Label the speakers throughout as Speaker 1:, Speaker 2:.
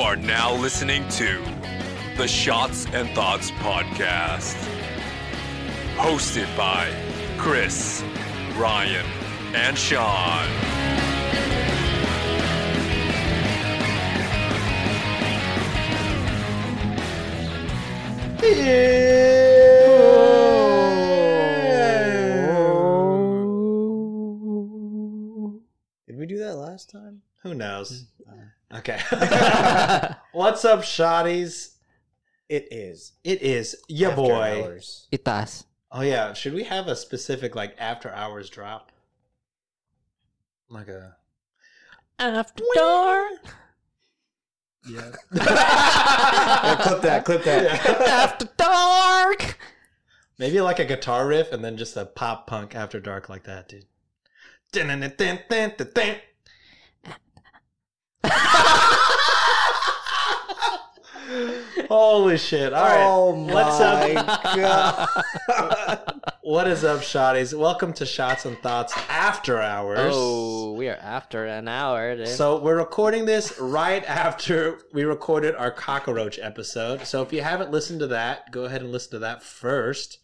Speaker 1: are now listening to the Shots and Thoughts Podcast, hosted by Chris, Ryan, and Sean.
Speaker 2: Oh.
Speaker 3: Did we do that last time? Who knows? Okay.
Speaker 2: it
Speaker 3: What's up, shotties? It is. It is. Yeah,
Speaker 2: After
Speaker 3: boy.
Speaker 2: hours.
Speaker 4: does.
Speaker 3: Oh, yeah. Should we have a specific, like, after hours drop? Like a.
Speaker 4: After dark.
Speaker 3: Yeah.
Speaker 2: clip that, clip that.
Speaker 4: After dark.
Speaker 3: Maybe like a guitar riff and then just a pop punk after dark like that, dude. Dun-dun-dun-dun-dun-dun-dun.
Speaker 4: Oh,
Speaker 3: Holy shit. All right.
Speaker 2: Oh my
Speaker 3: What's up?
Speaker 2: god.
Speaker 3: What is up, shotties? Welcome to Shots and Thoughts After Hours.
Speaker 4: Oh, we are after an hour. Dude.
Speaker 3: So we're recording this right after we recorded our cockroach episode. So if you haven't listened to that, go ahead and listen to that first.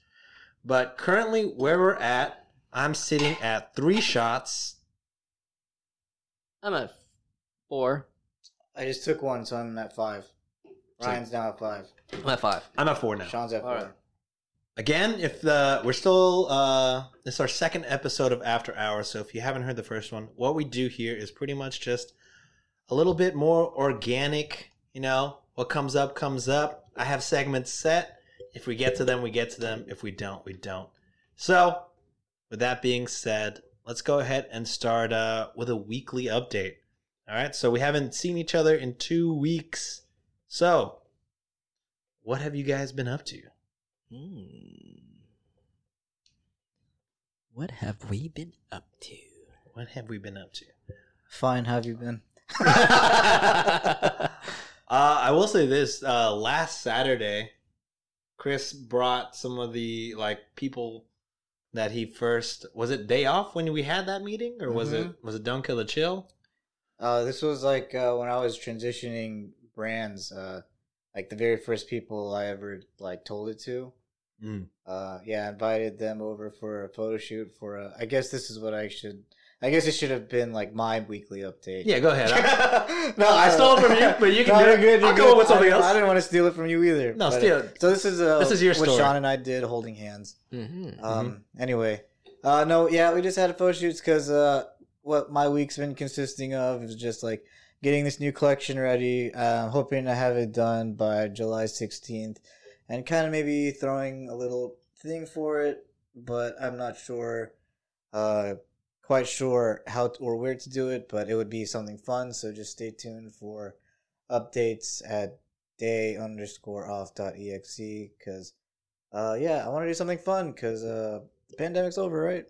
Speaker 3: But currently where we're at, I'm sitting at three shots.
Speaker 4: I'm at four.
Speaker 2: I just took one, so I'm at five. Ryan's now at five.
Speaker 4: I'm at five.
Speaker 3: I'm at four now.
Speaker 2: Sean's at four.
Speaker 4: Alright.
Speaker 3: Again, if the we're still uh this is our second episode of After Hours, so if you haven't heard the first one, what we do here is pretty much just a little bit more organic, you know, what comes up comes up. I have segments set. If we get to them, we get to them. If we don't, we don't. So, with that being said, let's go ahead and start uh with a weekly update. All right? So, we haven't seen each other in 2 weeks. So, what have you guys been up to?
Speaker 4: What have we been up to?
Speaker 3: What have we been up to?
Speaker 2: Fine, how have you been?
Speaker 3: uh, I will say this: uh, last Saturday, Chris brought some of the like people that he first was it day off when we had that meeting, or was it was it Don't Kill the Chill?
Speaker 2: Uh, this was like uh, when I was transitioning brands, uh, like the very first people I ever like told it to.
Speaker 3: Mm.
Speaker 2: Uh, yeah, I invited them over for a photo shoot for a. I guess this is what I should. I guess it should have been like my weekly update.
Speaker 3: Yeah, go ahead. I- Uh,
Speaker 2: no,
Speaker 3: I stole it from you, but you can do
Speaker 2: you're
Speaker 3: it.
Speaker 2: Good, you're
Speaker 3: I'll come up with something
Speaker 2: I,
Speaker 3: else.
Speaker 2: I didn't want to steal it from you either.
Speaker 3: No,
Speaker 2: but,
Speaker 3: steal
Speaker 2: uh,
Speaker 3: it.
Speaker 2: So this is uh,
Speaker 3: This is your
Speaker 2: what
Speaker 3: story.
Speaker 2: Sean and I did holding hands.
Speaker 4: Mm-hmm.
Speaker 2: Um. Anyway, uh, no, yeah, we just had photo shoots because uh, what my week's been consisting of is just like getting this new collection ready. Uh, hoping to have it done by July sixteenth, and kind of maybe throwing a little thing for it, but I'm not sure. Uh, quite sure how t- or where to do it, but it would be something fun. So just stay tuned for updates at day underscore off dot exe because uh yeah i want to do something fun because uh the pandemic's over right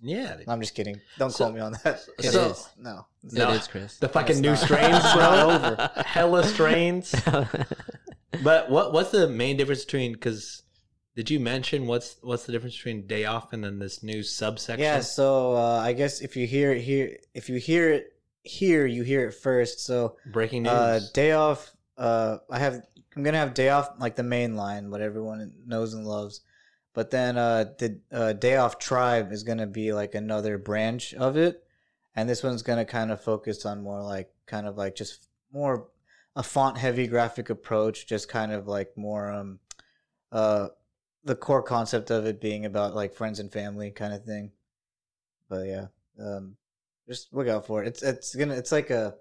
Speaker 3: Yeah, dude.
Speaker 2: No, i'm just kidding don't
Speaker 3: So-
Speaker 2: quote me on that
Speaker 4: It
Speaker 3: So-
Speaker 4: is.
Speaker 2: no it's
Speaker 3: No.
Speaker 2: not.
Speaker 4: It is, Chris.
Speaker 3: the fucking
Speaker 2: It's
Speaker 3: new
Speaker 2: not.
Speaker 3: strains,
Speaker 2: It's
Speaker 3: bro.
Speaker 2: not over.
Speaker 3: Hella strains. But what what's the main difference between? Because did you mention what's what's the difference between day off and then this new subsection?
Speaker 2: yeah so uh i guess if you hear it here if you hear it here you hear it first so
Speaker 3: breaking news.
Speaker 2: uh day off uh i have i'm gonna have day off like the main line what everyone knows and loves but then uh the uh, day off tribe is gonna be like another branch of it and this one's gonna kind of focus on more like kind of like just more a font heavy graphic approach just kind of like more um uh the core concept of it being about like friends and family kind of thing but yeah um just look out for it it's it's gonna it's like a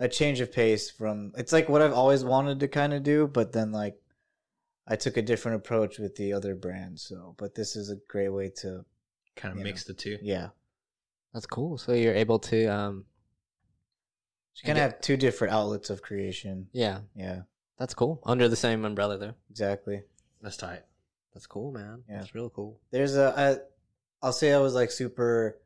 Speaker 2: a change of pace from it's like what I've always wanted to kind of do, but then like I took a different approach with the other brand. So, but this is a great way to
Speaker 3: kind of
Speaker 2: you
Speaker 3: mix the two.
Speaker 2: yeah,
Speaker 4: That's cool. So you're able to um.
Speaker 2: you kind of have two different outlets of creation.
Speaker 4: Yeah,
Speaker 2: Yeah,
Speaker 4: that's cool. Under the same umbrella, though.
Speaker 2: exactly.
Speaker 3: That's tight.
Speaker 4: That's cool, man.
Speaker 2: Yeah.
Speaker 4: That's real cool.
Speaker 2: There's a I, I'll say I was like super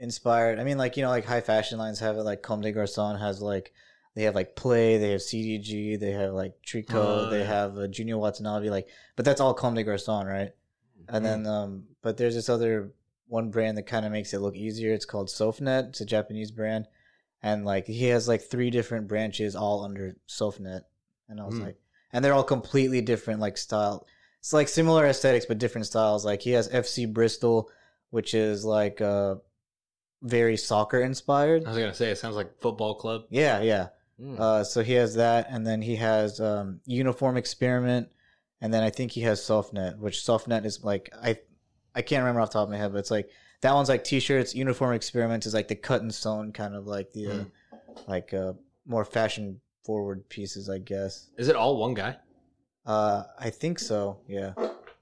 Speaker 2: inspired. I mean, like you know, like high fashion lines have it. Like Comme des Garçons has like they have like play, they have CDG, they have like Trico,
Speaker 3: Oh,
Speaker 2: they
Speaker 3: yeah.
Speaker 2: have uh, Junior Watanabe. Like, but that's all Comme des Garçons, right?
Speaker 3: Mm-hmm.
Speaker 2: And then, um, but there's this other one brand that kind of makes it look easier. It's called Sofnet. It's a Japanese brand, and like he has like three different branches all under Sophnet, and I was
Speaker 3: Hmm.
Speaker 2: like, and they're all completely different like style. It's like similar aesthetics but different styles. Like he has FC Bristol, which is like uh very soccer inspired.
Speaker 3: I was gonna say it sounds like football club.
Speaker 2: Yeah, yeah.
Speaker 4: Mm.
Speaker 2: Uh, so he has that, and then he has um, uniform experiment, and then I think he has softnet, which softnet is like I, I can't remember off the top of my head, but it's like that one's like t-shirts. Uniform experiment is like the cut and sewn kind of like the, uh, like uh, more fashion forward pieces, I guess.
Speaker 3: Is it all one guy?
Speaker 2: Uh, I think so, yeah.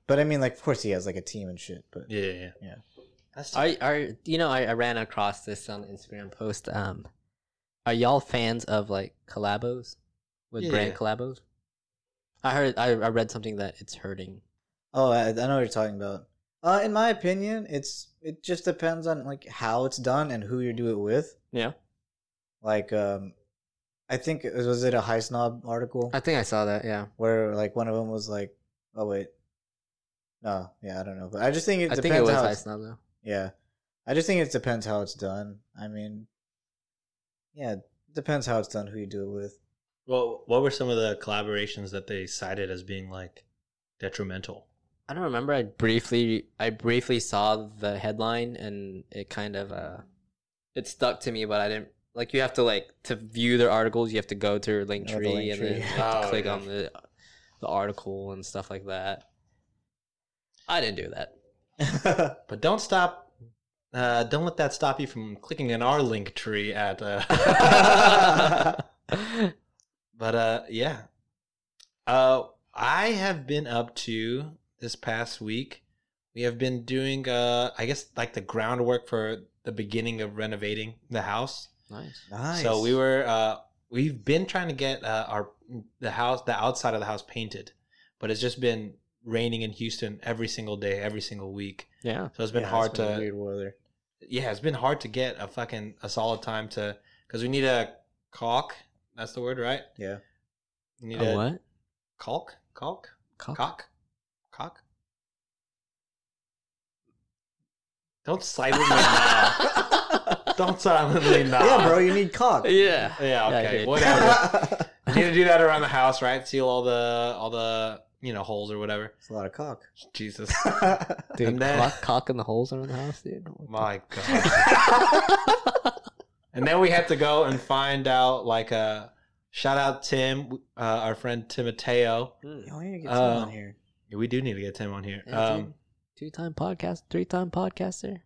Speaker 2: But I mean, like, of course he has like a team and shit, but
Speaker 3: Yeah, yeah.
Speaker 2: Yeah.
Speaker 3: That's
Speaker 4: Are are you know I, I ran across this on Instagram post. Um, are y'all fans of like collabos with brand
Speaker 3: Yeah.
Speaker 4: collabos? I heard I, I read something that it's hurting.
Speaker 2: Oh, I, I know what you're talking about. Uh, in my opinion, it's it just depends on like how it's done and who you do it with.
Speaker 4: Yeah.
Speaker 2: Like, um, I think it was was it a high snob article
Speaker 4: I think I saw that. Yeah,
Speaker 2: where like one of them was like, "Oh wait, no, yeah, I don't know," but I just think it
Speaker 4: I
Speaker 2: depends
Speaker 4: think it was
Speaker 2: how
Speaker 4: High
Speaker 2: it's-
Speaker 4: Snob though.
Speaker 2: yeah, I just think it depends how it's done. I mean, yeah, it depends how it's done, who you do it with.
Speaker 3: Well, what were some of the collaborations that they cited as being like detrimental?
Speaker 4: I don't remember. I briefly I briefly saw the headline and it kind of uh it stuck to me, but I didn't like. You have to like to view their articles. You have to go to your link
Speaker 2: Or the
Speaker 4: tree
Speaker 2: link
Speaker 4: and
Speaker 2: tree.
Speaker 4: then you have to
Speaker 3: Oh,
Speaker 4: click
Speaker 3: yeah.
Speaker 4: on the the article and stuff like that. I didn't do that.
Speaker 3: But don't stop. Uh, don't let that stop you from clicking in our link tree at. Uh... but uh, yeah, uh, I have been up to this past week. We have been doing, uh, I guess, like the groundwork for the beginning of renovating the house.
Speaker 4: nice.
Speaker 2: nice.
Speaker 3: So we were uh, we've been trying to get uh, our the house the outside of the house painted, but it's just been raining in Houston every single day, every single week.
Speaker 4: Yeah.
Speaker 3: So it's
Speaker 2: Yeah,
Speaker 3: been
Speaker 2: it's
Speaker 3: hard
Speaker 2: been
Speaker 3: to
Speaker 2: weird weather.
Speaker 3: yeah, it's been hard to get a fucking a solid time to because we need a caulk. That's the word, right?
Speaker 2: Yeah.
Speaker 3: We need
Speaker 4: A what?
Speaker 3: caulk, caulk,
Speaker 4: Cock?
Speaker 3: caulk, caulk. Don't silently now. Don't silently now.
Speaker 2: Yeah, bro, you need cock.
Speaker 4: Yeah.
Speaker 3: Yeah,
Speaker 4: Yeah, I
Speaker 3: okay,
Speaker 4: did.
Speaker 3: whatever.
Speaker 2: it's
Speaker 3: You need to do that around the house, right? Seal all the all the you know holes or whatever.
Speaker 2: a lot of cock.
Speaker 3: Jesus,
Speaker 4: Dude,
Speaker 3: And then-
Speaker 4: cock, cock in the holes around the house, dude.
Speaker 3: my god. and then we had to go and find out like a shout out Tim, uh, our friend Timoteo.
Speaker 4: Hmm.
Speaker 2: Yo, we need to get
Speaker 3: Uh,
Speaker 2: someone on here.
Speaker 3: We do need to get Tim on here. um,
Speaker 4: Two time podcast, three time podcaster.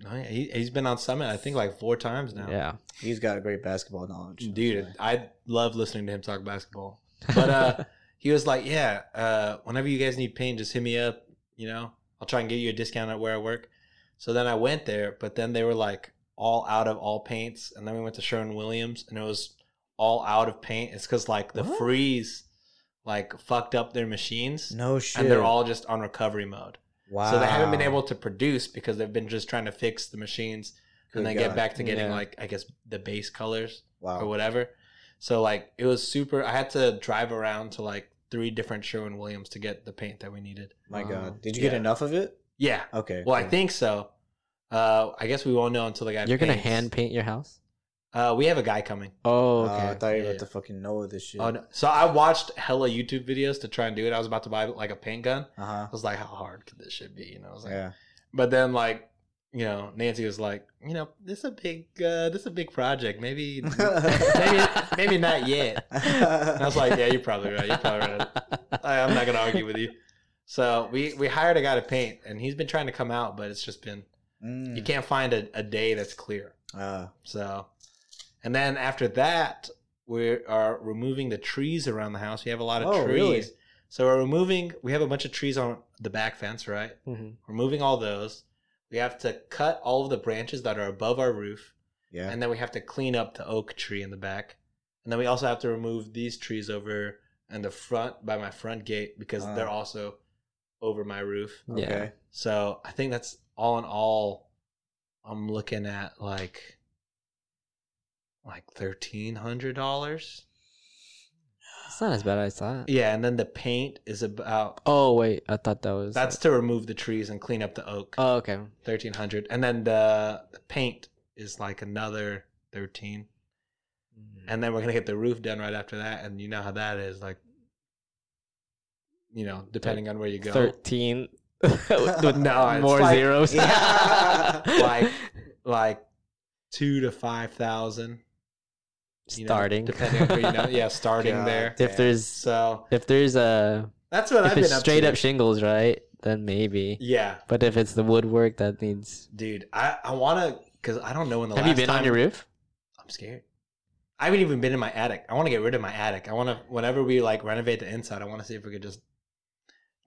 Speaker 3: no, oh, yeah, he, he's been on Summit, I think, like four times now.
Speaker 4: Yeah.
Speaker 2: He's got a great basketball knowledge.
Speaker 3: dude, I love listening to him talk basketball. But uh, he was like, "Yeah, uh, whenever you guys need paint, just hit me up. You know, I'll try and get you a discount at where I work." So then I went there, but then they were like all out of all paints, and then we went to Sherwin Williams, and it was all out of paint. It's because like the
Speaker 4: What?
Speaker 3: freeze, like fucked up their machines,
Speaker 2: no shit.
Speaker 3: and they're all just on recovery mode.
Speaker 2: wow.
Speaker 3: So they haven't been able to produce because they've been just trying to fix the machines, and
Speaker 2: Good
Speaker 3: then
Speaker 2: God.
Speaker 3: get back to getting
Speaker 4: Yeah.
Speaker 3: like I guess the base colors or
Speaker 2: Wow.
Speaker 3: whatever. So like it was super. I had to drive around to like three different Sherwin Williams to get the paint that we needed.
Speaker 2: My
Speaker 4: Wow.
Speaker 2: God. Did you get
Speaker 3: Yeah.
Speaker 2: enough of it?
Speaker 3: Yeah.
Speaker 2: Okay.
Speaker 3: Well, I
Speaker 2: cool.
Speaker 3: think so. Uh, I guess we won't know until the guy.
Speaker 4: You're gonna
Speaker 3: paints.
Speaker 4: hand paint your house?
Speaker 3: Uh, we have a guy coming.
Speaker 4: Oh,
Speaker 2: Uh, I thought you were
Speaker 3: Yeah.
Speaker 2: about to fucking know this shit.
Speaker 3: Oh no! So I watched hella YouTube videos to try and do it. I was about to buy like a paint gun.
Speaker 2: Uh huh.
Speaker 3: I was like, how hard could this shit be? You know. I was like,
Speaker 2: Yeah.
Speaker 3: but then like. You know, Nancy was like, you know, this is a big, uh, this is a big project. Maybe, maybe, maybe not yet. And I was like, yeah, you're probably right. You're probably right. I, I'm not gonna argue with you. So we we hired a guy to paint, and he's been trying to come out, but it's just been
Speaker 2: Mm.
Speaker 3: you can't find a, a day that's clear.
Speaker 2: Uh,
Speaker 3: So, and then after that, we are removing the trees around the house. We have a lot of
Speaker 2: Oh,
Speaker 3: trees,
Speaker 2: really?
Speaker 3: so we're removing. We have a bunch of trees on the back fence, right?
Speaker 4: Mhm.
Speaker 3: Removing all those. We have to cut all of the branches that are above our roof,
Speaker 2: yeah.
Speaker 3: and then we have to clean up the oak tree in the back, and then we also have to remove these trees over in the front by my front gate because
Speaker 2: Ah.
Speaker 3: they're also over my roof.
Speaker 4: Yeah.
Speaker 2: Okay.
Speaker 3: So I think that's all in all. I'm looking at like like thirteen hundred dollars.
Speaker 4: It's not as bad as I thought.
Speaker 3: Yeah, and then the paint is about
Speaker 4: Oh wait, I thought that was
Speaker 3: that's to remove the trees and clean up the oak.
Speaker 4: Oh okay.
Speaker 3: Thirteen hundred, and then the, the paint is like another thirteen.
Speaker 4: Mm.
Speaker 3: and then we're gonna get the roof done right after that, and you know how that is, like, you know, depending on where you go,
Speaker 4: Thirteen. with
Speaker 3: No, it's
Speaker 4: more
Speaker 3: like-
Speaker 4: zeros.
Speaker 2: Yeah.
Speaker 3: like, like two to five thousand, you know,
Speaker 4: starting.
Speaker 3: depending on where you know, yeah, starting
Speaker 2: God.
Speaker 3: there.
Speaker 4: If there's
Speaker 3: So
Speaker 4: if there's a
Speaker 3: that's what
Speaker 4: if
Speaker 3: I've
Speaker 4: it's
Speaker 3: been up
Speaker 4: straight
Speaker 3: to.
Speaker 4: up shingles, right? Then maybe.
Speaker 3: yeah,
Speaker 4: But if it's the woodwork, that needs.
Speaker 3: dude, I I want to because I don't know when the
Speaker 4: Have
Speaker 3: last
Speaker 4: you been
Speaker 3: time
Speaker 4: on your roof?
Speaker 3: I'm scared. I haven't even been in my attic. I want to get rid of my attic. I want to, whenever we like renovate the inside, I want to see if we could just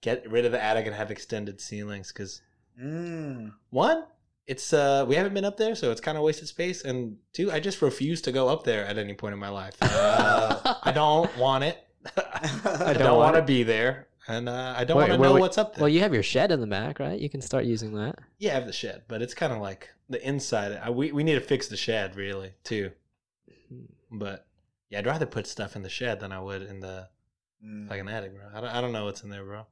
Speaker 3: get rid of the attic and have extended ceilings. Because
Speaker 2: Mm.
Speaker 3: one, it's uh we haven't been up there, so it's kind of wasted space. And two, I just refuse to go up there at any point in my life. Uh, I don't want it. I
Speaker 2: I
Speaker 3: don't,
Speaker 4: don't want
Speaker 3: want to be there, and uh, I don't
Speaker 4: Wait,
Speaker 3: want to
Speaker 4: wait,
Speaker 3: know
Speaker 4: wait.
Speaker 3: what's up there.
Speaker 4: Well, you have your shed in the back, right? You can start using that.
Speaker 3: yeah, I have the shed, but it's kind of like the inside. I, we we need to fix the shed really too.
Speaker 2: Hmm.
Speaker 3: But yeah, I'd rather put stuff in the shed than I would in the
Speaker 2: Mm.
Speaker 3: like an attic, bro. I don't, I don't know what's in there, bro.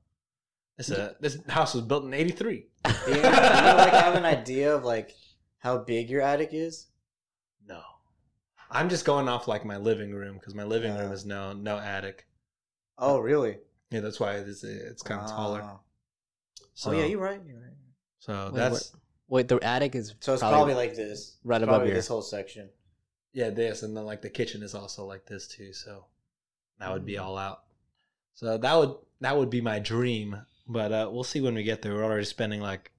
Speaker 3: This uh, this house was built in '83.
Speaker 2: Yeah, do you like have an idea of like how big your attic is?
Speaker 3: No, I'm just going off like my living room because my living room
Speaker 2: Yeah.
Speaker 3: is no no attic.
Speaker 2: Oh, really?
Speaker 3: Yeah, that's why it's it's kind of taller.
Speaker 2: Oh.
Speaker 3: So
Speaker 2: oh yeah, you're right. You're right.
Speaker 3: so
Speaker 4: Wait,
Speaker 3: that's
Speaker 4: Wait, the attic is
Speaker 2: So it's probably,
Speaker 4: probably,
Speaker 2: like this,
Speaker 4: right
Speaker 2: It's
Speaker 4: above
Speaker 2: probably
Speaker 4: here.
Speaker 2: this whole section.
Speaker 3: yeah this, and then like the kitchen is also like this too. So that would be
Speaker 4: Mm.
Speaker 3: all out. So that would that would be my dream, but uh, we'll see when we get there. We're already spending like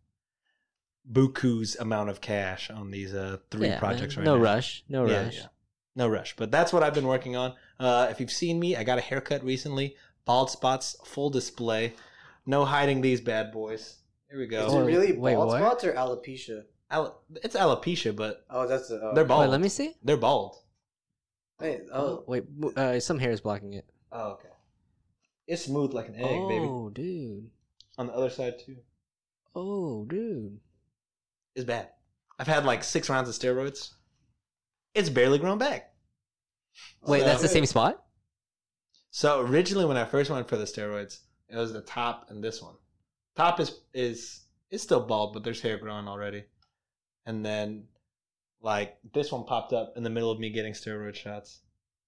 Speaker 3: buku's amount of cash on these uh three
Speaker 4: Yeah,
Speaker 3: projects
Speaker 4: man.
Speaker 3: right
Speaker 4: no
Speaker 3: now.
Speaker 4: rush. No
Speaker 3: Yeah,
Speaker 4: rush.
Speaker 3: yeah. No rush. But that's what I've been working on. Uh, if you've seen me, I got a haircut recently. Bald spots, full display. No hiding these bad boys. Here we
Speaker 2: Is
Speaker 3: go.
Speaker 2: it really
Speaker 4: Wait,
Speaker 2: bald
Speaker 4: what?
Speaker 2: spots or alopecia?
Speaker 3: Al- it's alopecia, but
Speaker 2: Oh, that's the. Oh,
Speaker 3: they're bald.
Speaker 4: Wait, let me see.
Speaker 3: They're bald.
Speaker 2: Wait,
Speaker 4: Oh,
Speaker 2: oh,
Speaker 4: wait. w- Uh, some hair is blocking it.
Speaker 3: Oh, okay. It's smooth like an egg, baby.
Speaker 4: oh, dude.
Speaker 3: On the other side, too.
Speaker 4: Oh, dude.
Speaker 3: It's bad. I've had like six rounds of steroids. It's barely grown back.
Speaker 4: Wait,
Speaker 3: So-
Speaker 4: that's the same spot.
Speaker 3: So originally, when I first went for the steroids, it was the top and this one. Top is is is still bald, but there's hair growing already. And then, like this one popped up in the middle of me getting steroid shots.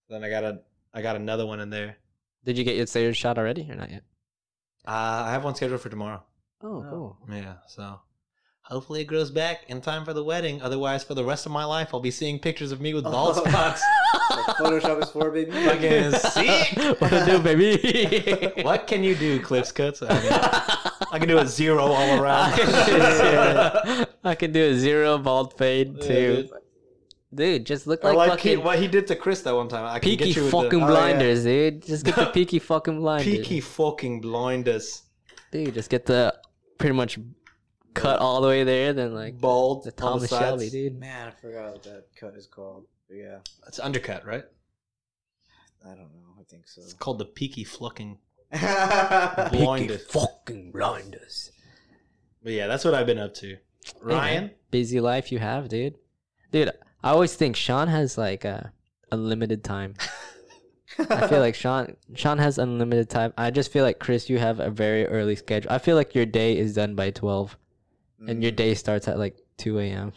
Speaker 3: Then I got a I got another one in there.
Speaker 4: Did you get your stage shot already or not yet?
Speaker 3: Uh, I have one scheduled for tomorrow.
Speaker 4: Oh,
Speaker 2: No.
Speaker 4: cool.
Speaker 3: Yeah, so hopefully it grows back in time for the wedding. Otherwise, for the rest of my life, I'll be seeing pictures of me with bald
Speaker 2: Oh.
Speaker 3: spots.
Speaker 2: what Photoshop is for, baby.
Speaker 3: Fucking sick.
Speaker 4: what to do, baby?
Speaker 3: what can you do, Cliffs Cuts? I, mean, I can do a zero all around.
Speaker 4: I can do a zero bald fade
Speaker 3: Yeah,
Speaker 4: too.
Speaker 3: dude.
Speaker 4: Dude, just look
Speaker 3: Or
Speaker 4: like,
Speaker 3: like he,
Speaker 4: fucking
Speaker 3: what he did to Chris that one time. I can
Speaker 4: peaky
Speaker 3: get you with
Speaker 4: fucking
Speaker 2: Oh, yeah.
Speaker 4: blinders, dude. Just get the peaky fucking
Speaker 3: the
Speaker 4: blinders.
Speaker 3: peaky fucking blinders,
Speaker 4: Dude, just get the pretty much cut all the way there, then like
Speaker 3: bald
Speaker 4: the
Speaker 3: on
Speaker 4: Thomas
Speaker 3: sides.
Speaker 4: Shelby, dude.
Speaker 2: Man, I forgot what that cut is called. But yeah,
Speaker 3: It's undercut, right?
Speaker 2: I don't know. I think so.
Speaker 3: It's called the peaky fucking
Speaker 2: I
Speaker 3: blinders.
Speaker 4: fucking blinders.
Speaker 3: But yeah, that's what I've been up to.
Speaker 4: Hey, man,
Speaker 3: Ryan,
Speaker 4: busy life you have, dude. Dude, I always think Sean has like uh, unlimited time. I feel like Sean Sean has unlimited time. I just feel like Chris, you have a very early schedule. I feel like your day is done by twelve, and your
Speaker 2: Mm,
Speaker 4: day starts at like two a.m.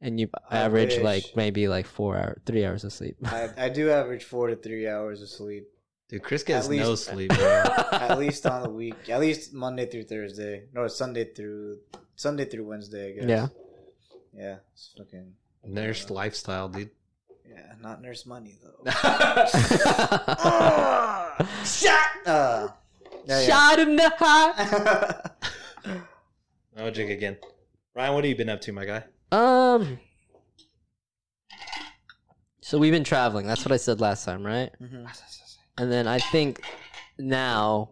Speaker 4: And you
Speaker 2: I
Speaker 4: average
Speaker 2: wish.
Speaker 4: like maybe like four hour, three hours of sleep.
Speaker 2: I do average four to three hours of sleep,
Speaker 3: dude, Chris gets
Speaker 2: At least-
Speaker 3: no sleep. bro.
Speaker 2: at least on the week. At least Monday through Thursday, no Sunday through Sunday through Wednesday. I guess.
Speaker 4: Yeah.
Speaker 2: Yeah. It's fucking.
Speaker 3: Nurse lifestyle, dude.
Speaker 2: Yeah, not nurse money though.
Speaker 4: Shot
Speaker 2: uh, yeah,
Speaker 4: in the heart.
Speaker 2: yeah.
Speaker 3: I'll drink again. Ryan, what have you been up to, my guy?
Speaker 4: Um. So we've been traveling. That's what I said last time, right?
Speaker 2: Mhm.
Speaker 4: And then I think now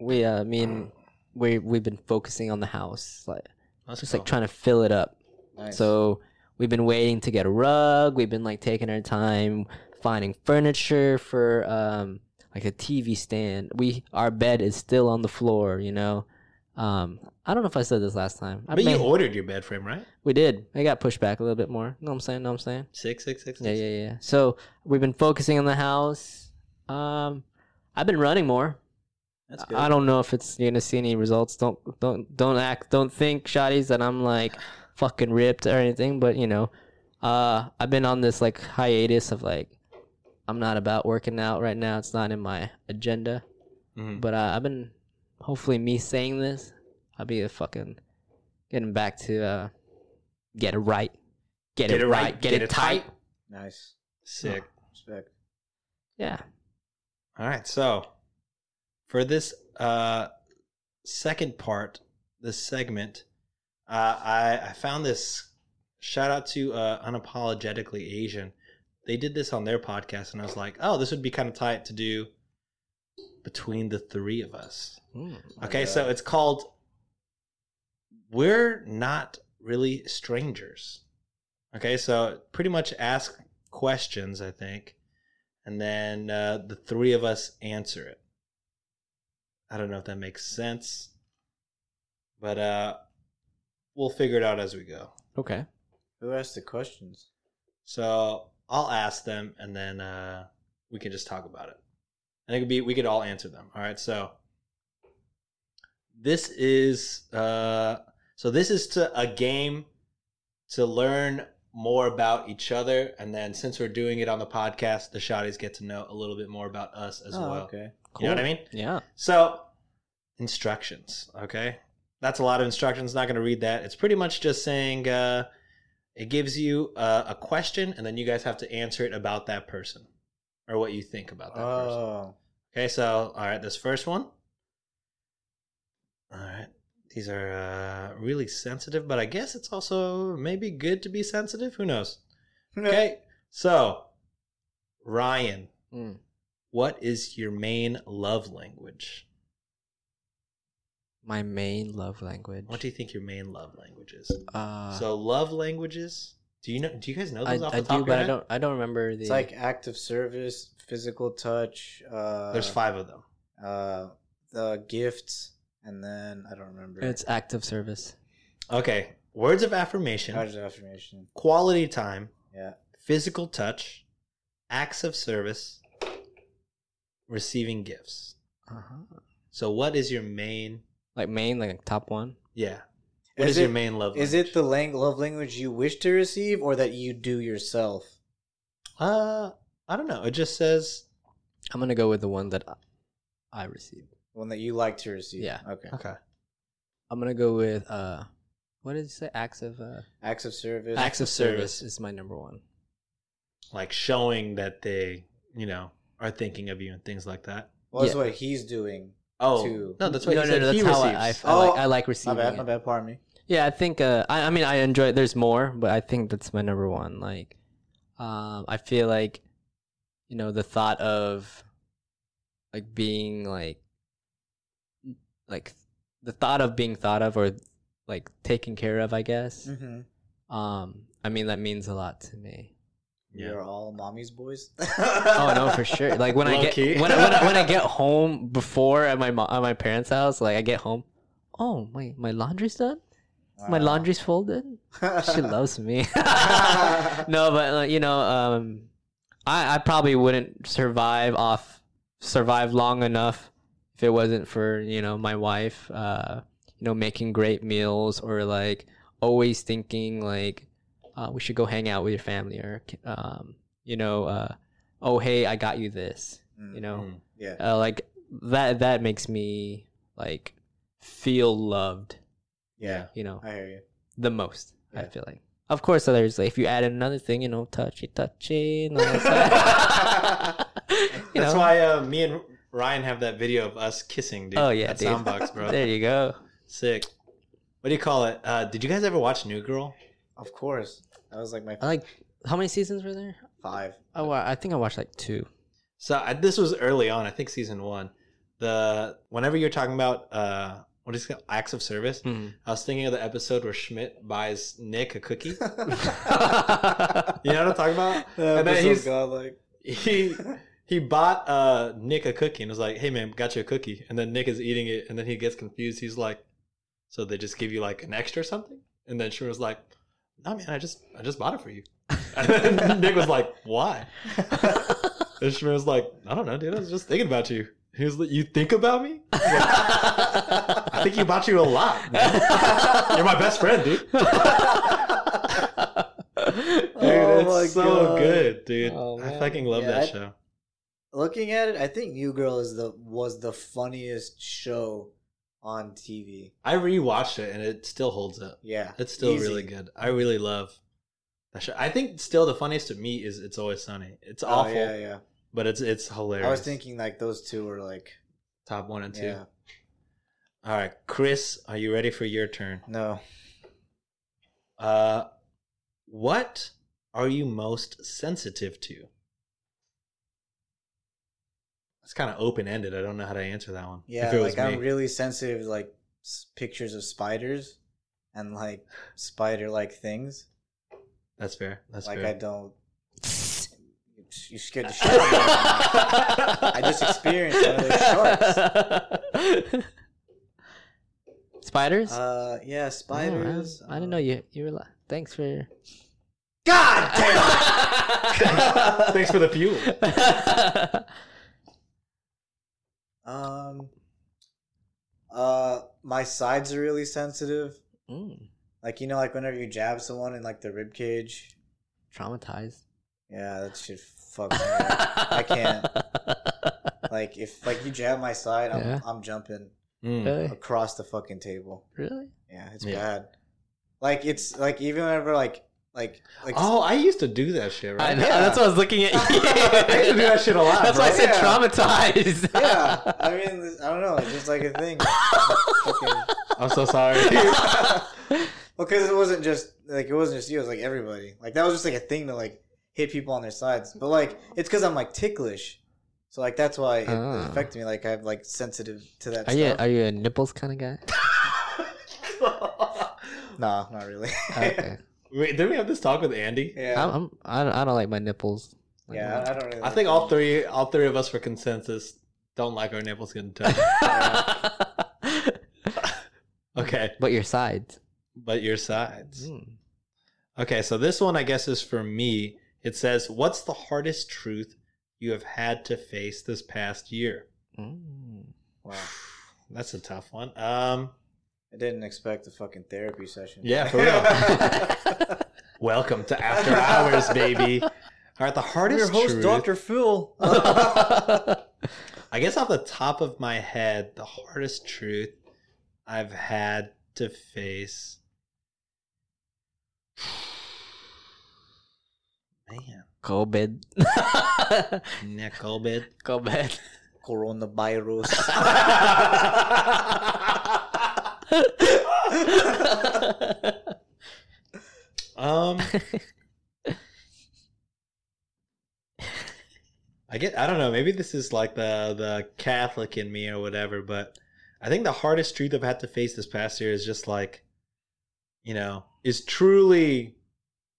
Speaker 4: we, uh, me and we, we've been focusing on the house, like
Speaker 3: That's
Speaker 4: just
Speaker 3: cool.
Speaker 2: Oh.
Speaker 4: like trying to fill it up.
Speaker 2: Nice.
Speaker 4: So we've been waiting to get a rug. We've been like taking our time finding furniture for um like a TV stand. We our bed is still on the floor, you know. Um I don't know if I said this last time. I
Speaker 3: but
Speaker 4: may-
Speaker 3: you ordered your bed frame, right?
Speaker 4: we did. I got pushed back a little bit more. Know what I'm saying? Know what I'm saying?
Speaker 3: Six, six, six.
Speaker 4: Yeah,
Speaker 3: six.
Speaker 4: yeah, yeah. So we've been focusing on the house. Um I've been running more.
Speaker 2: that's good.
Speaker 4: I don't know if it's you're gonna see any results. Don't don't don't act don't think shotties that I'm like fucking ripped or anything, but you know. Uh I've been on this like hiatus of like I'm not about working out right now. It's not in my agenda.
Speaker 3: Mhm.
Speaker 4: But uh, I've been, hopefully, me saying this, I'll be fucking getting back to uh, get it right, get, it, right, get, it, tight.
Speaker 2: Nice.
Speaker 3: Sick.
Speaker 2: Respect.
Speaker 4: Yeah,
Speaker 3: All right. So for this uh, second part, this segment, uh, I, I found this shout out to uh, Unapologetically Asian. They did this on their podcast, and I was like, oh, this would be kind of tight to do between the three of us. Okay.
Speaker 2: God.
Speaker 3: So it's called We're Not Really Strangers. Okay. So pretty much ask questions, I think and then uh, the three of us answer it. I don't know if that makes sense, but uh, we'll figure it out as we go.
Speaker 4: okay.
Speaker 2: Who asked the questions?
Speaker 3: So I'll ask them, and then uh, we can just talk about it. And it could be we could all answer them. All right. So this is uh, so this is to a game to learn more about each other, and then since we're doing it on the podcast, the shotties get to know a little bit more about us as
Speaker 2: oh,
Speaker 3: well.
Speaker 2: okay.
Speaker 3: You know what I mean?
Speaker 4: Yeah.
Speaker 3: So, instructions. Okay. That's a lot of instructions. Not going to read that. It's pretty much just saying uh, it gives you uh, a question, and then you guys have to answer it about that person or what you think about that person.
Speaker 2: Oh,
Speaker 3: Okay. So, all right. This first one. All right. These are uh, really sensitive, but I guess it's also maybe good to be sensitive. Who knows? Okay. So, Ryan,
Speaker 4: Mm.
Speaker 3: what is your main love language?
Speaker 4: My main love language.
Speaker 3: What do you think your main love language is?
Speaker 4: uh,
Speaker 3: so love languages. Do you know? Do you guys know
Speaker 4: I,
Speaker 3: those off the
Speaker 4: I
Speaker 3: top
Speaker 4: do,
Speaker 3: of your
Speaker 4: but I
Speaker 3: head?
Speaker 4: don't. I don't remember the.
Speaker 2: It's like active service, physical touch. Uh,
Speaker 3: There's five of them.
Speaker 2: Uh, the gifts, and then I don't remember.
Speaker 4: it's active service.
Speaker 3: Okay, words of affirmation,
Speaker 2: positive affirmation.
Speaker 3: quality time,
Speaker 2: Yeah.
Speaker 3: physical touch, acts of service, receiving gifts.
Speaker 4: Uh-huh.
Speaker 3: So what is your main?
Speaker 4: Like main, like top one.
Speaker 3: Yeah, What is
Speaker 2: it,
Speaker 3: your main love?
Speaker 2: Is it
Speaker 3: language?
Speaker 2: the lang- love language you wish to receive, or that you do yourself?
Speaker 3: Uh, I don't know. It just says
Speaker 4: I'm gonna go with the one that I- I received.
Speaker 2: One that you like to receive.
Speaker 4: Yeah.
Speaker 2: Okay.
Speaker 3: okay.
Speaker 4: I'm gonna go with uh, what did it say? Acts of uh,
Speaker 2: Acts of service.
Speaker 4: acts of
Speaker 3: service.
Speaker 4: service is my number one.
Speaker 3: Like showing that they, you know, are thinking of you and things like that.
Speaker 2: well, that's
Speaker 4: yeah.
Speaker 2: what he's doing.
Speaker 3: Oh
Speaker 2: Two.
Speaker 3: no, that's what he said. he
Speaker 4: I,
Speaker 3: receives.
Speaker 4: I, I like,
Speaker 2: Oh,
Speaker 4: I like
Speaker 2: My
Speaker 4: receiving.
Speaker 2: bad.
Speaker 4: it.
Speaker 2: My bad. Pardon me.
Speaker 4: Yeah, I think uh, I, I mean I enjoy. There's more, but I think that's my number one. Like, um, I feel like, you know, the thought of, like being like, like the thought of being thought of or like taken care of. I guess.
Speaker 2: Mm-hmm.
Speaker 4: Um, I mean that means a lot to me.
Speaker 3: Yeah.
Speaker 2: You're all mommy's boys.
Speaker 4: Oh
Speaker 2: oh
Speaker 4: no, for sure. Like when I
Speaker 3: Low
Speaker 4: get
Speaker 3: key.
Speaker 4: when I, when I when I get home before at my mo- at my parents' house, like I get home, oh my my laundry's done, my laundry's folded. She loves me. no, but uh, you know, um, I I probably wouldn't survive off survive long enough if it wasn't for you know my wife, uh, you know, making great meals or like always thinking like uh, we should go hang out with your family or um, you know, uh, oh hey, I got you this, you know,
Speaker 3: Mm.
Speaker 2: Yeah.
Speaker 4: uh, like that that makes me like feel loved,
Speaker 2: Yeah.
Speaker 4: you know,
Speaker 2: I hear you.
Speaker 4: the most. I
Speaker 2: Yeah.
Speaker 4: feel like, of course, there's like if you add another thing, you know, touchy touchy, and all that stuff. you
Speaker 3: That's
Speaker 4: know,
Speaker 3: why uh, me and Ryan have that video of us kissing, dude.
Speaker 4: Oh, yeah,
Speaker 3: that
Speaker 4: dude.
Speaker 3: soundbox, bro.
Speaker 4: there you go.
Speaker 3: Sick. What do you call it? Uh, did you guys ever watch New Girl?
Speaker 2: Of course. That was like my
Speaker 4: I like how many seasons were there?
Speaker 2: five.
Speaker 4: Oh, wa- I think I watched like two.
Speaker 3: So I, this was early on, I think season one. The whenever you're talking about uh, what is it called? acts of service,
Speaker 4: Mm-hmm.
Speaker 3: I was thinking of the episode where Schmidt buys Nick a cookie. you know what I'm talking about? And then he's-
Speaker 2: godlike.
Speaker 3: He he bought uh, Nick a cookie and was like, "Hey man, got you a cookie." And then Nick is eating it, and then he gets confused. He's like, "So they just give you like an extra or something?" And then Shura was like, "No man, I just I just bought it for you." And then Nick was like, "Why?" And Shura was like, "I don't know, dude. I was just thinking about you." He was like, "You think about me? I think about you a lot. Man. You're my best friend, dude."
Speaker 2: Dude,
Speaker 3: Oh
Speaker 2: it's
Speaker 3: my so good, dude.
Speaker 4: Oh,
Speaker 3: I
Speaker 4: man.
Speaker 3: fucking love
Speaker 2: Yeah,
Speaker 3: that
Speaker 2: I-
Speaker 3: show.
Speaker 2: Looking at it, I think New Girl is the was the funniest show on TV.
Speaker 3: I rewatched it and it still holds up.
Speaker 2: Yeah,
Speaker 3: It's still
Speaker 2: easy. Oh,
Speaker 3: really good. I really love that show. I think still the funniest to me is It's Always Sunny. It's
Speaker 2: Oh,
Speaker 3: awful,
Speaker 2: yeah, yeah.
Speaker 3: but it's it's hilarious.
Speaker 2: I was thinking like those two were like
Speaker 3: top one and two.
Speaker 2: yeah.
Speaker 3: All right, Chris, are you ready for your turn?
Speaker 2: No,
Speaker 3: Uh, what are you most sensitive to? It's kind of open ended. I don't know how to answer that one.
Speaker 2: yeah.
Speaker 3: if it was
Speaker 2: Like I'm
Speaker 3: me.
Speaker 2: really sensitive to, like s- pictures of spiders and like spider like things.
Speaker 3: that's fair. That's
Speaker 2: like I
Speaker 3: fair.
Speaker 2: don't. You scared the shit. out of me. I just experienced one of those sharks.
Speaker 4: Spiders?
Speaker 2: Uh, yeah,
Speaker 4: Oh, I-
Speaker 2: spiders. uh,
Speaker 4: I, didn't know you. You were. li- Thanks for.
Speaker 2: God damn! it!
Speaker 3: Thanks for the fuel.
Speaker 2: Um, uh, my sides are really sensitive.
Speaker 4: Mm,
Speaker 2: Like you know, like whenever you jab someone in like the rib cage.
Speaker 4: traumatized.
Speaker 2: Yeah, that shit fucks me. up. I can't. Like if like you jab my side, I'm
Speaker 4: Yeah.
Speaker 2: I'm jumping
Speaker 3: Mm.
Speaker 4: Really?
Speaker 2: across the fucking table.
Speaker 4: Really?
Speaker 2: Yeah, it's
Speaker 3: Yeah.
Speaker 2: bad. Like it's like even whenever like like like
Speaker 3: Oh, I used to do that shit,
Speaker 4: I
Speaker 3: right?
Speaker 4: know.
Speaker 2: Yeah.
Speaker 4: That's what I was looking at. you.
Speaker 3: I used to do that shit a lot.
Speaker 4: That's
Speaker 3: bro.
Speaker 4: why I said
Speaker 2: Yeah.
Speaker 4: traumatized.
Speaker 2: yeah. I mean, I don't know. It's just like a thing. Fucking-
Speaker 3: I'm so sorry.
Speaker 2: Well, because it wasn't just like it wasn't just you. It was like everybody. Like that was just like a thing to like hit people on their sides. But like it's because I'm like ticklish, so like that's why it,
Speaker 4: Ah.
Speaker 2: affected me. Like I'm like sensitive to that.
Speaker 3: Uh,
Speaker 4: Are
Speaker 2: stuff.
Speaker 4: you are you a nipples kind of guy?
Speaker 2: Nah, not really.
Speaker 4: Okay.
Speaker 3: Wait, did we have this talk with Andy?
Speaker 2: yeah,
Speaker 4: I'm, I'm I don't, I don't like my nipples. Like,
Speaker 2: yeah, I I don't really.
Speaker 3: I
Speaker 2: like
Speaker 3: think
Speaker 2: that.
Speaker 3: all three, all three of us for consensus, don't like our nipples getting touched. okay,
Speaker 4: uh, But your sides.
Speaker 3: but your sides.
Speaker 4: Mm.
Speaker 3: Okay, so this one I guess is for me. It says, "What's the hardest truth you have had to face this past year?"
Speaker 4: Mm.
Speaker 2: Wow,
Speaker 3: That's a tough one. Um,
Speaker 2: I didn't expect a fucking therapy session.
Speaker 3: yeah, for real. Welcome to After Hours, baby. All right, the hardest
Speaker 2: Your host,
Speaker 3: truth.
Speaker 2: Doctor Phil.
Speaker 4: Uh,
Speaker 3: I guess off the top of my head, the hardest truth I've had to face. Man,
Speaker 4: COVID.
Speaker 3: nickel bit.
Speaker 4: COVID.
Speaker 2: Coronavirus.
Speaker 3: Um, I get. I don't know. Maybe this is like the the Catholic in me or whatever. But I think the hardest truth I've had to face this past year is just like, you know, is truly,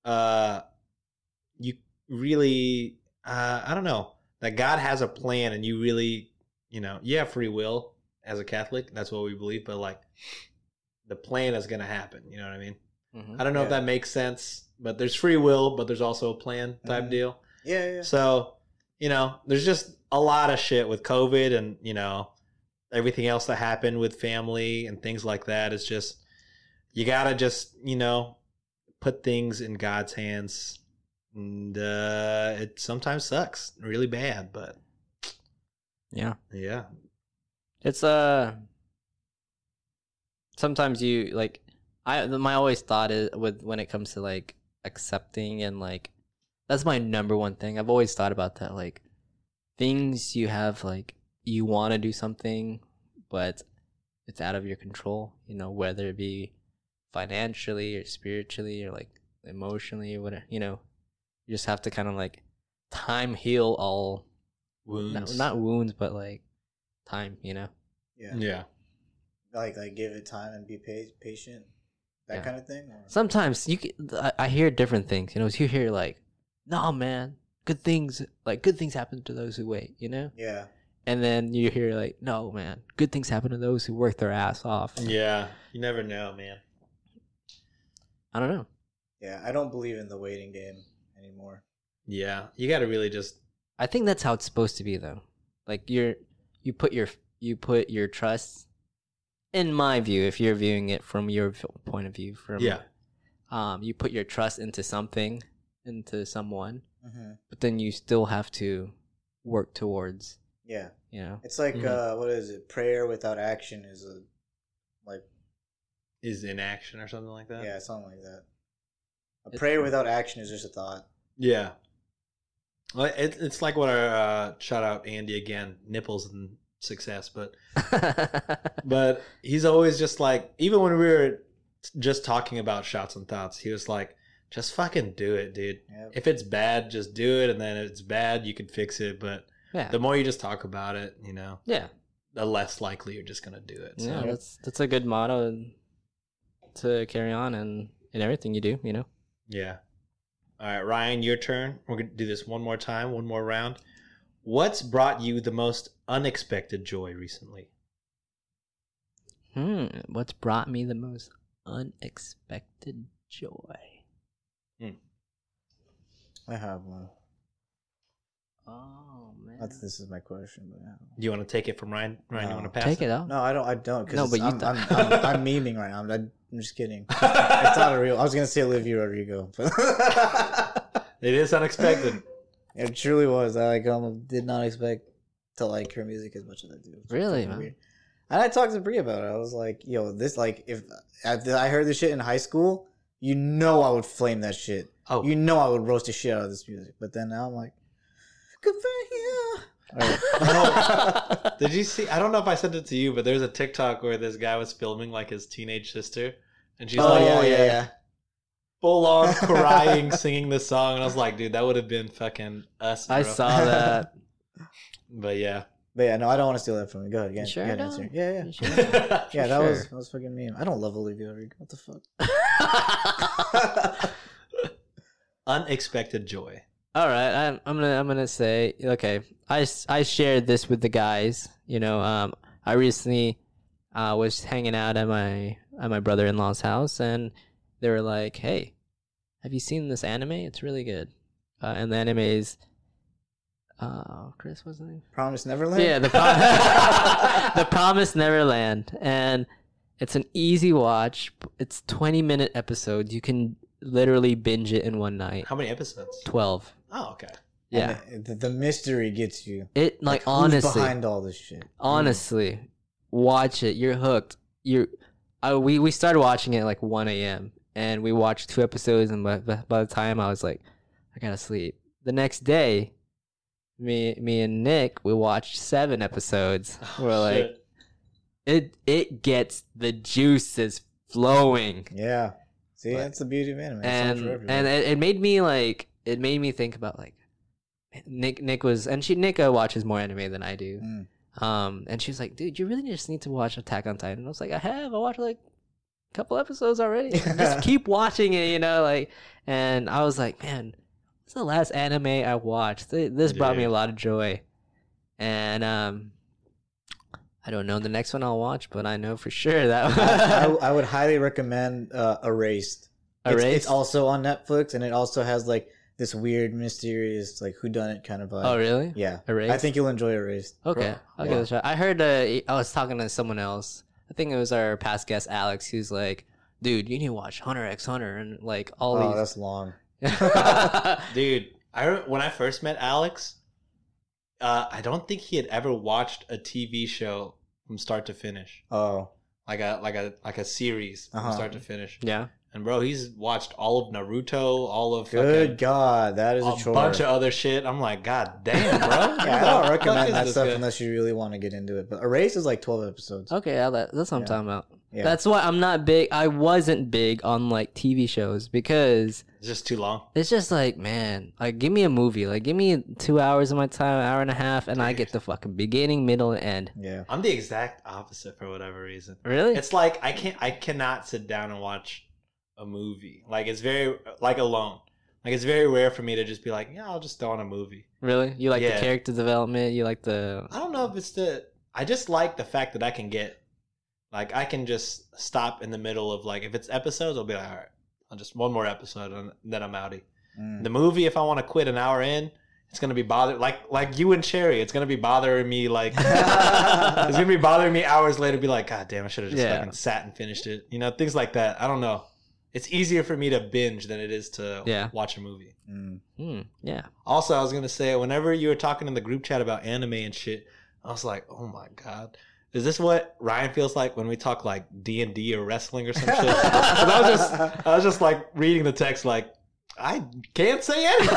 Speaker 3: uh, you really, uh, I don't know, that God has a plan and you really, you know, you have free will as a Catholic. That's what we believe. But like, the plan is gonna happen. You know what I mean?
Speaker 4: Mm-hmm.
Speaker 3: I don't know if
Speaker 2: Yeah.
Speaker 3: that makes sense, but there's free will, but there's also a plan type
Speaker 2: Mhm.
Speaker 3: deal.
Speaker 2: yeah, yeah.
Speaker 3: So, you know, there's just a lot of shit with COVID and, you know, everything else that happened with family and things like that. It's just, you got to just, you know, put things in God's hands. And uh, it sometimes sucks really bad, but
Speaker 4: Yeah.
Speaker 3: yeah.
Speaker 4: It's uh sometimes you like I my always thought is with when it comes to like accepting and like that's my number one thing. I've always thought about that like things you have like you want to do something but it's out of your control, you know, whether it be financially or spiritually or like emotionally or whatever, you know. You just have to kind of like time heal all not,
Speaker 3: Wounds.
Speaker 4: not wounds but like time, you know.
Speaker 2: yeah.
Speaker 3: yeah.
Speaker 2: Like, like, give it time and be pa- patient. That
Speaker 4: Yeah.
Speaker 2: kind of thing. or-
Speaker 4: sometimes you c- I, I hear different things you know you hear like no man good things like good things happen to those who wait you know
Speaker 2: Yeah.
Speaker 4: and then you hear like no man good things happen to those who work their ass off
Speaker 3: Yeah. You never know, man.
Speaker 4: i don't know
Speaker 2: Yeah, I don't believe in the waiting game anymore.
Speaker 3: Yeah. You got to really just,
Speaker 4: i think that's how it's supposed to be though like you're you put your you put your trust in my view if you're viewing it from your v- point of view from
Speaker 3: Yeah.
Speaker 4: um you put your trust into something into someone,
Speaker 2: hmm
Speaker 4: but then you still have to work towards,
Speaker 2: Yeah,
Speaker 4: you know.
Speaker 2: it's like
Speaker 3: Mhm.
Speaker 2: uh, what is it? Prayer without action is a like
Speaker 3: Is in action or something like that.
Speaker 2: yeah, something like that. A
Speaker 4: It's-
Speaker 2: prayer without action is just a thought.
Speaker 3: Yeah. Well, it, it's like what our uh, shout out Andy again, nipples and success, but but he's always just like even when we were just talking about shots and thoughts, he was like, just fucking do it, dude.
Speaker 2: Yep.
Speaker 3: If it's bad, just do it, and then if it's bad, you can fix it. But
Speaker 4: yeah.
Speaker 3: the more you just talk about it, you know,
Speaker 4: yeah.
Speaker 3: the less likely you're just gonna do it. So
Speaker 4: yeah, that's that's a good motto and- to carry on and in everything you do, you know.
Speaker 3: Yeah. All right, Ryan, your turn. We're going to do this one more time, one more round. What's brought you the most unexpected joy recently?
Speaker 4: Hmm, what's brought me the most unexpected joy?
Speaker 2: I have one.
Speaker 4: Oh man.
Speaker 2: That's, this is my question. But yeah.
Speaker 3: Do you want to take it from Ryan? Ryan, you
Speaker 2: No.
Speaker 3: want to pass
Speaker 4: Take it out.
Speaker 2: No, I don't. I don't. Cause
Speaker 4: No,
Speaker 2: it's-
Speaker 4: but you
Speaker 2: I'm,
Speaker 4: thought-
Speaker 2: I'm, I'm, I'm memeing right now. I'm, I'm just kidding. It's not a real. I was gonna say Olivia Rodrigo, but
Speaker 3: it is unexpected.
Speaker 2: it truly was. I like almost did not expect to like her music as much as I do. It's
Speaker 4: Really,
Speaker 2: fucking
Speaker 4: man?
Speaker 2: weird. And I talked to Brie about it. I was like, "Yo, this like if after I heard this shit in high school, you know I would flame that shit.
Speaker 3: Oh,
Speaker 2: You know I would roast the shit out of this music." But then now I'm like, "Good for you." Oh, Alright.
Speaker 3: did you see? I don't know if I sent it to you, but there's a TikTok where this guy was filming like his teenage sister, and she's
Speaker 2: oh
Speaker 3: like
Speaker 2: yeah, yeah, yeah.
Speaker 3: full on crying, singing this song, and I was like, dude, that would have been fucking us.
Speaker 4: I
Speaker 3: bro.
Speaker 4: saw that.
Speaker 3: but yeah,
Speaker 2: But yeah, no, I don't want to steal that from you. Go ahead,
Speaker 4: You
Speaker 2: again.
Speaker 4: sure
Speaker 2: yeah,
Speaker 4: don't?
Speaker 2: answer. yeah, yeah.
Speaker 4: You sure?
Speaker 2: Yeah,
Speaker 4: For
Speaker 2: that was
Speaker 4: sure.
Speaker 2: that was fucking mean. I don't love Olivia Rodrigo. What the fuck?
Speaker 3: unexpected joy.
Speaker 4: All right, I'm, I'm gonna I'm gonna say okay. I, s- I shared this with the guys. You know, um, I recently uh, was hanging out at my at my brother in law's house, and they were like, "Hey, have you seen this anime? It's really good." Uh, and the anime is, uh, Chris, what's the name?
Speaker 2: Promise Neverland.
Speaker 4: Yeah, the prom- the Promise Neverland, and it's an easy watch. It's twenty minute episodes. You can literally binge it in one night.
Speaker 3: How many episodes?
Speaker 4: Twelve.
Speaker 3: Oh, okay.
Speaker 4: Yeah,
Speaker 2: And the, the mystery gets you.
Speaker 4: it like
Speaker 2: Who's
Speaker 4: honestly,
Speaker 2: behind all this shit.
Speaker 4: honestly, watch it. You're hooked. You're. Uh, we we started watching it at like one a.m. and we watched two episodes, and by, by by the time I was like, I gotta sleep. The next day, me me and Nick we watched seven episodes. We're like.
Speaker 3: Shit.
Speaker 4: it it gets the juices flowing
Speaker 2: Yeah. See,
Speaker 4: Like-
Speaker 2: that's the beauty of anime. It's not
Speaker 4: and
Speaker 2: for everyone.
Speaker 4: and it, it made me like it made me think about like nick nick was and she nick uh, watches more anime than i do
Speaker 2: Mm.
Speaker 4: um and she was like dude you really just need to watch attack on titan and i was like i have i watched like a couple episodes already just keep watching it you know like and i was like man what's the last anime i watched Th- this brought me
Speaker 3: Yeah.
Speaker 4: a lot of joy and um i don't know the next one i'll watch but i know for sure that
Speaker 2: I,
Speaker 4: one
Speaker 2: I would highly recommend uh, Erased. It's- It's,
Speaker 4: Erased?
Speaker 2: also on Netflix, and it also has like this weird, mysterious, like whodunit kind of vibe.
Speaker 4: oh really
Speaker 2: Yeah.
Speaker 4: Erased?
Speaker 2: I think you'll enjoy Erased.
Speaker 4: Okay, I'll give
Speaker 2: Yeah.
Speaker 4: it a shot. I heard uh, I was talking to someone else. I think it was our past guest Alex, who's like, "Dude, you need to watch Hunter X Hunter and like all
Speaker 2: Oh,
Speaker 4: these."
Speaker 2: that's long.
Speaker 3: dude i re- when i first met alex uh, i don't think he had ever watched a tv show from start to finish
Speaker 2: Oh,
Speaker 3: like a like a like a series from
Speaker 2: Uh-huh.
Speaker 3: start to finish
Speaker 4: yeah,
Speaker 3: and bro he's watched all of naruto all of
Speaker 2: good
Speaker 3: fucking-
Speaker 2: God, that is a,
Speaker 3: a
Speaker 2: chore.
Speaker 3: bunch of other shit i'm like god damn bro Who
Speaker 2: yeah, I
Speaker 3: the
Speaker 2: don't
Speaker 3: fuck
Speaker 2: recommend
Speaker 3: is
Speaker 2: that
Speaker 3: this
Speaker 2: stuff
Speaker 3: guy?
Speaker 2: unless you really want to get into it. But Erased is like twelve episodes.
Speaker 4: okay, I, that- that's what I'm
Speaker 2: Yeah.
Speaker 4: talking about.
Speaker 2: Yeah.
Speaker 4: Oh, That's why I'm not big. I wasn't big on like TV shows because
Speaker 3: it's just too long
Speaker 4: it's just like, man, like give me a movie, like give me two hours of my time, hour and a half, and I get the fucking beginning, middle, and end.
Speaker 2: yeah.
Speaker 3: i'm the exact opposite for whatever reason
Speaker 4: Really?
Speaker 3: it's like i can't i cannot sit down and watch a movie like it's very like alone like it's very rare for me to just be like yeah i'll just throw on a movie
Speaker 4: really? You like
Speaker 3: Yeah.
Speaker 4: the character development? You like the?
Speaker 3: i don't know if it's the i just like the fact that i can get like i can just stop in the middle of like if it's episodes i'll be like all right i'll just one more episode and then i'm outie
Speaker 2: Mm.
Speaker 3: the movie if i want to quit an hour in it's gonna be bothered like like you and Cherry. It's gonna be bothering me like it's gonna be bothering me hours later. Be like, God damn, I should have just
Speaker 4: Yeah.
Speaker 3: fucking sat and finished it. You know, things like that. I don't know. It's easier for me to binge than it is to
Speaker 4: Yeah.
Speaker 3: watch a movie.
Speaker 2: Mm.
Speaker 4: Hmm. yeah.
Speaker 3: Also, I was gonna say, whenever you were talking in the group chat about anime and shit, I was like, oh my god, is this what Ryan feels like when we talk like D and D or wrestling or some shit? 'Cause I was just, I was just like reading the text, like I can't say anything.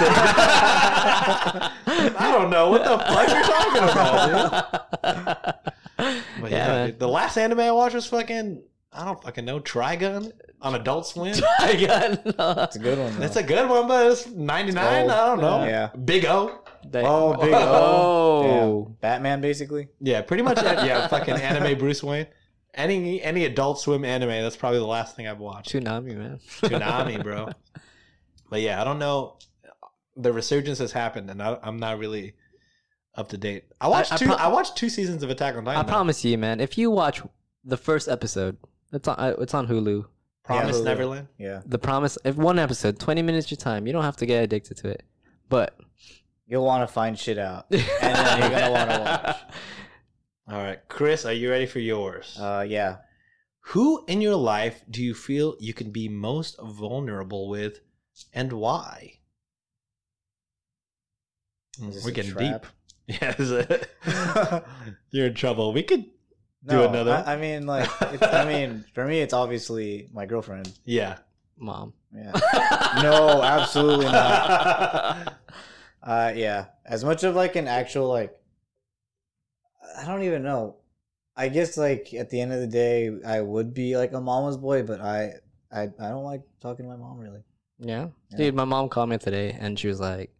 Speaker 3: I don't know what the fuck you're talking about, dude. But yeah,
Speaker 4: yeah,
Speaker 3: dude, the last anime I watched was fucking, I don't fucking know, Trigun on Adult Swim.
Speaker 4: man. I got
Speaker 2: It's a good one.
Speaker 3: That's
Speaker 2: though.
Speaker 3: a good one, but it's 99.
Speaker 2: It's old.
Speaker 3: I don't know.
Speaker 2: Yeah.
Speaker 3: Big O.
Speaker 4: They-
Speaker 2: Oh, big
Speaker 4: Oh.
Speaker 2: Damn. Batman, basically.
Speaker 3: Yeah, pretty much. Yeah, fucking anime Bruce Wayne. Any any Adult Swim anime, that's probably the last thing I've watched.
Speaker 4: Tsunami, man.
Speaker 3: Tsunami, bro. But yeah, I don't know. The resurgence has happened, and I, I'm not really up to date. I watched
Speaker 4: I
Speaker 3: two.
Speaker 4: pro-
Speaker 3: I watched two seasons of Attack on Titan.
Speaker 4: I
Speaker 3: though.
Speaker 4: promise you, man. If you watch the first episode, it's on. uh, It's on Hulu.
Speaker 3: Promise
Speaker 2: Yeah.
Speaker 3: Neverland.
Speaker 2: Yeah.
Speaker 4: The promise. If one episode, twenty minutes of your time, you don't have to get addicted to it. But
Speaker 2: You'll want to find shit out. And then you're going to want to
Speaker 3: All right, Chris, are you ready for yours?
Speaker 2: watch. Uh, yeah.
Speaker 3: Who in your life do you feel you can be most vulnerable with, and why?
Speaker 2: Is this
Speaker 3: We're
Speaker 2: a
Speaker 3: getting
Speaker 2: trap?
Speaker 3: deep. Yeah, this is a- you're in trouble. We could,
Speaker 2: No,
Speaker 3: Do another one?
Speaker 2: I, I mean, like, it's, I mean, for me, it's obviously my girlfriend.
Speaker 3: yeah.
Speaker 4: Mom.
Speaker 2: Yeah. No, absolutely not.
Speaker 3: yeah,
Speaker 2: Uh, yeah. As much of like an actual like, I don't even know. I guess like at the end of the day, I would be like a mama's boy, but I, I, I don't like talking to my mom really.
Speaker 4: Yeah.
Speaker 2: Yeah.
Speaker 4: Dude, my mom called me today and she was like,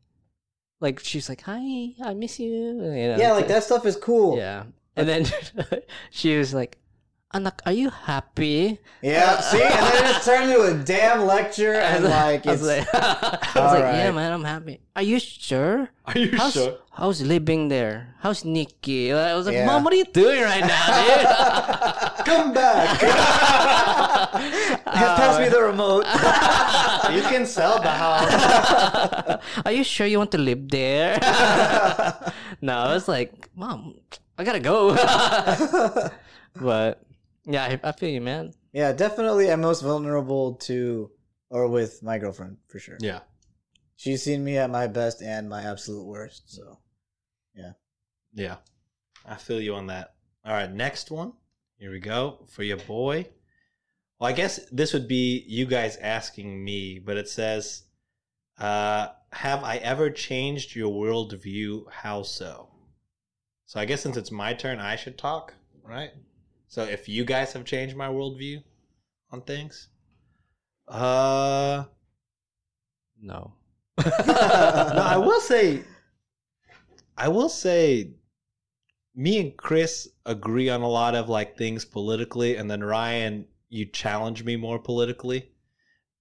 Speaker 4: like, she's like, hi, I miss you. you know,
Speaker 2: Yeah, like that stuff is cool.
Speaker 4: Yeah. And then she was like, Anak, are you happy?
Speaker 2: Yeah, see, and then it just turned into a damn lecture, and like
Speaker 4: Uh, I
Speaker 2: it's
Speaker 4: was like, I was
Speaker 2: All
Speaker 4: like, yeah,
Speaker 2: right.
Speaker 4: man, I'm happy. Are you sure?
Speaker 3: Are you
Speaker 4: How's,
Speaker 3: sure?
Speaker 4: how's living there? How's Nikki? I was like,
Speaker 2: Yeah.
Speaker 4: mom, what are you doing right now, dude?
Speaker 2: come back. Pass
Speaker 4: Uh,
Speaker 2: me the remote.
Speaker 3: You can sell the house.
Speaker 4: Are you sure you want to live there? no, I was like, Mom, I gotta go. but yeah, I, I feel you, man.
Speaker 2: yeah, definitely, I'm most vulnerable to or with my girlfriend for sure.
Speaker 3: Yeah.
Speaker 2: She's seen me at my best and my absolute worst. So
Speaker 3: Yeah. I feel you on that. All right, next one. Here we go for your boy. Well, I guess this would be you guys asking me, but it says, uh, "Have I ever changed your worldview? How so?" So I guess since it's my turn, I should talk, right? So if you guys have changed my worldview on things, uh,
Speaker 4: No.
Speaker 3: no, I will say, I will say, me and Chris agree on a lot of like things politically, and then Ryan, you challenge me more politically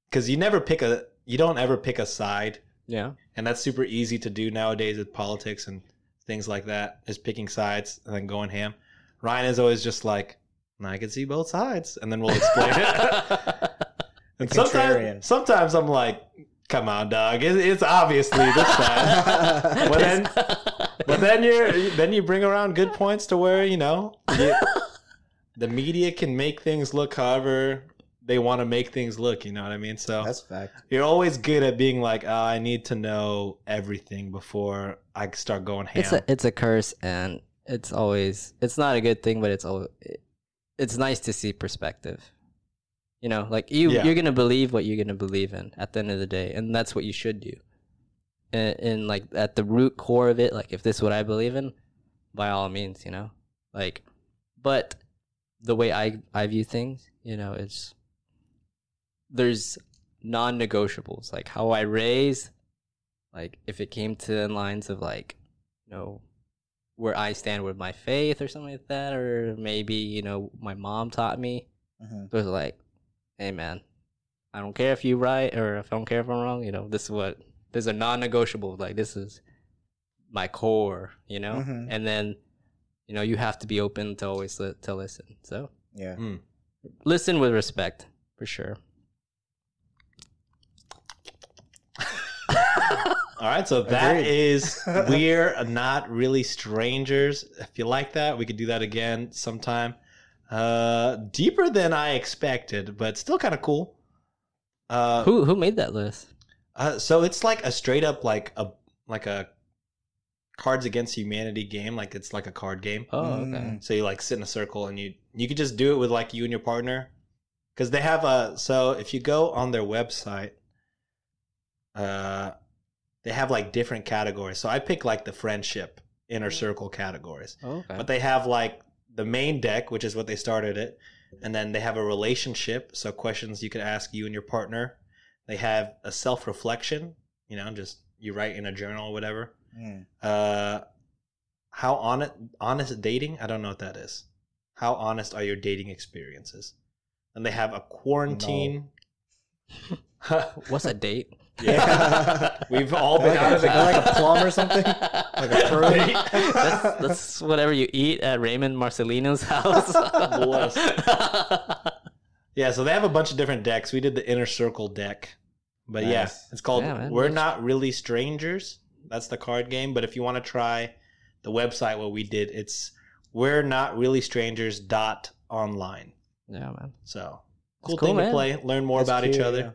Speaker 3: because you never pick a, you don't ever pick a side,
Speaker 4: Yeah.
Speaker 3: and that's super easy to do nowadays with politics and things like that, is picking sides and then going ham. Ryan is always just like, I can see both sides, and then we'll explain it. And
Speaker 2: contrarian.
Speaker 3: sometimes, sometimes I'm like, come on, dog, it, it's obviously this side.
Speaker 2: yeah,
Speaker 3: But then, but then you're then you bring around good points to where you know you- the media can make things look however they want to make things look. You know what I mean? So
Speaker 2: that's a fact.
Speaker 3: you're always good at being like, oh, I need to know everything before I start going ham.
Speaker 4: It's a it's a curse and it's always it's not a good thing, but it's al- it it's nice to see perspective. You know, like you
Speaker 3: Yeah.
Speaker 4: you're gonna believe what you're gonna believe in at the end of the day, and that's what you should do. And, and like at the root core of it, like if this is what I believe in, by all means, you know, like, but the way I I view things, you know, it's there's non-negotiables like how I raise, like if it came to lines of like, you know, where I stand with my faith or something like that, or maybe you know my mom taught me
Speaker 2: hmm
Speaker 4: was like, "Hey man, I don't care if you're right or if I don't care if I'm wrong. You know, this is what this is a non-negotiable. Like this is my core. You know,
Speaker 2: Mhm.
Speaker 4: and then you know you have to be open to always li- to listen. So
Speaker 2: Yeah.
Speaker 4: listen with respect for sure.
Speaker 3: All right, so that
Speaker 2: Agreed.
Speaker 3: is we're not really strangers. If you like that, we could do that again sometime. Uh, deeper than I expected, but still kind of cool. Uh,
Speaker 4: Who who made that list?
Speaker 3: uh, so it's like a straight up like a like a Cards Against Humanity game. Like it's like a card game.
Speaker 4: Oh, okay.
Speaker 2: Mm.
Speaker 3: So you like sit in a circle and you you could just do it with like you and your partner, because they have a so if you go on their website, uh, they have like different categories. So I pick like the friendship inner circle categories,
Speaker 4: Okay.
Speaker 3: but they have like the main deck, which is what they started it, and then they have a relationship. So questions you can ask you and your partner. They have a self reflection, you know, just you write in a journal or whatever
Speaker 2: Mm.
Speaker 3: uh how honest honest dating i don't know what that is how honest are your dating experiences and they have a quarantine
Speaker 4: What's a date?
Speaker 2: mm.
Speaker 3: yeah we've all been
Speaker 2: Like,
Speaker 3: out of
Speaker 2: a,
Speaker 3: it
Speaker 2: like a plum or something? Like a pearl?
Speaker 4: that's, that's whatever you eat at Raymond Marcelino's house.
Speaker 3: Bless. yeah so they have a bunch of different decks we did the inner circle deck but yeah
Speaker 2: Nice.
Speaker 3: it's called
Speaker 4: Yeah, man,
Speaker 3: we're
Speaker 4: nice.
Speaker 3: not really strangers that's the card game but if you want to try the website what we did it's we're not really strangers dot online
Speaker 4: yeah, man.
Speaker 3: so
Speaker 4: That's
Speaker 3: cool,
Speaker 4: cool,
Speaker 3: thing to
Speaker 4: man.
Speaker 3: play learn more
Speaker 2: That's
Speaker 3: about each
Speaker 2: cute,
Speaker 3: other
Speaker 2: yeah.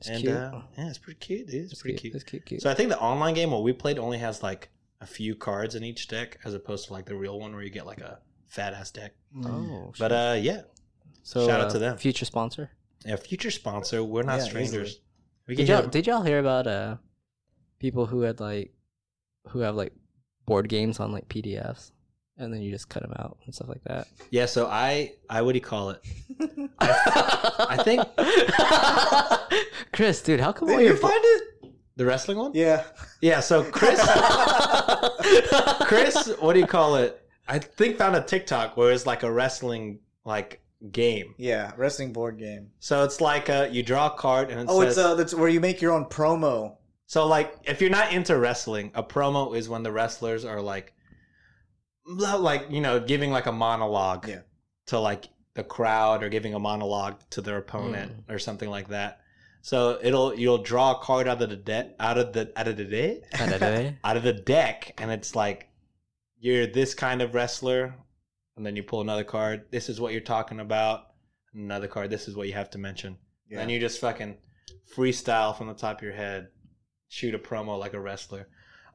Speaker 4: It's
Speaker 3: and
Speaker 4: cute.
Speaker 3: Uh, yeah, it's pretty cute. dude. It's,
Speaker 4: it's
Speaker 3: pretty
Speaker 4: cute.
Speaker 3: cute.
Speaker 4: It's cute, cute.
Speaker 3: So I think the online game what we played only has like a few cards in each deck, as opposed to like the real one where you get like a fat ass deck.
Speaker 2: Mm.
Speaker 4: oh,
Speaker 3: But uh, yeah,
Speaker 4: so
Speaker 3: shout out
Speaker 4: uh,
Speaker 3: to them.
Speaker 4: Future sponsor.
Speaker 3: yeah, future sponsor. We're not
Speaker 2: Yeah,
Speaker 3: strangers.
Speaker 2: easily.
Speaker 3: We can
Speaker 4: Did
Speaker 3: hit
Speaker 4: y'all,
Speaker 3: 'em.
Speaker 4: did y'all hear about uh people who had like who have like board games on like PDFs and then you just cut them out and stuff like that?
Speaker 3: Yeah. So I, I what do you call it?
Speaker 4: I think Chris, dude, how come
Speaker 2: Did
Speaker 4: all
Speaker 2: you
Speaker 4: your
Speaker 2: find it?
Speaker 3: The wrestling one. Yeah.
Speaker 2: Yeah.
Speaker 3: so Chris, Chris, what do you call it? I think found a TikTok where it's like a wrestling like game.
Speaker 2: Yeah. Wrestling board game.
Speaker 3: So it's like uh, you draw a card and it
Speaker 2: Oh,
Speaker 3: says,
Speaker 2: it's uh, that's where you make your own promo.
Speaker 3: So like if you're not into wrestling, a promo is when the wrestlers are like blah, like you know giving like a monologue
Speaker 2: Yeah.
Speaker 3: to like the crowd or giving a monologue to their opponent or something like that. So it'll you'll draw a card out of the deck out of the out of the deck
Speaker 4: Da-da-da-da.
Speaker 3: out of the deck and it's like you're this kind of wrestler and then you pull another card. This is what you're talking about. Another card. This is what you have to mention.
Speaker 2: Yeah.
Speaker 3: And you just fucking freestyle from the top of your head, shoot a promo like a wrestler.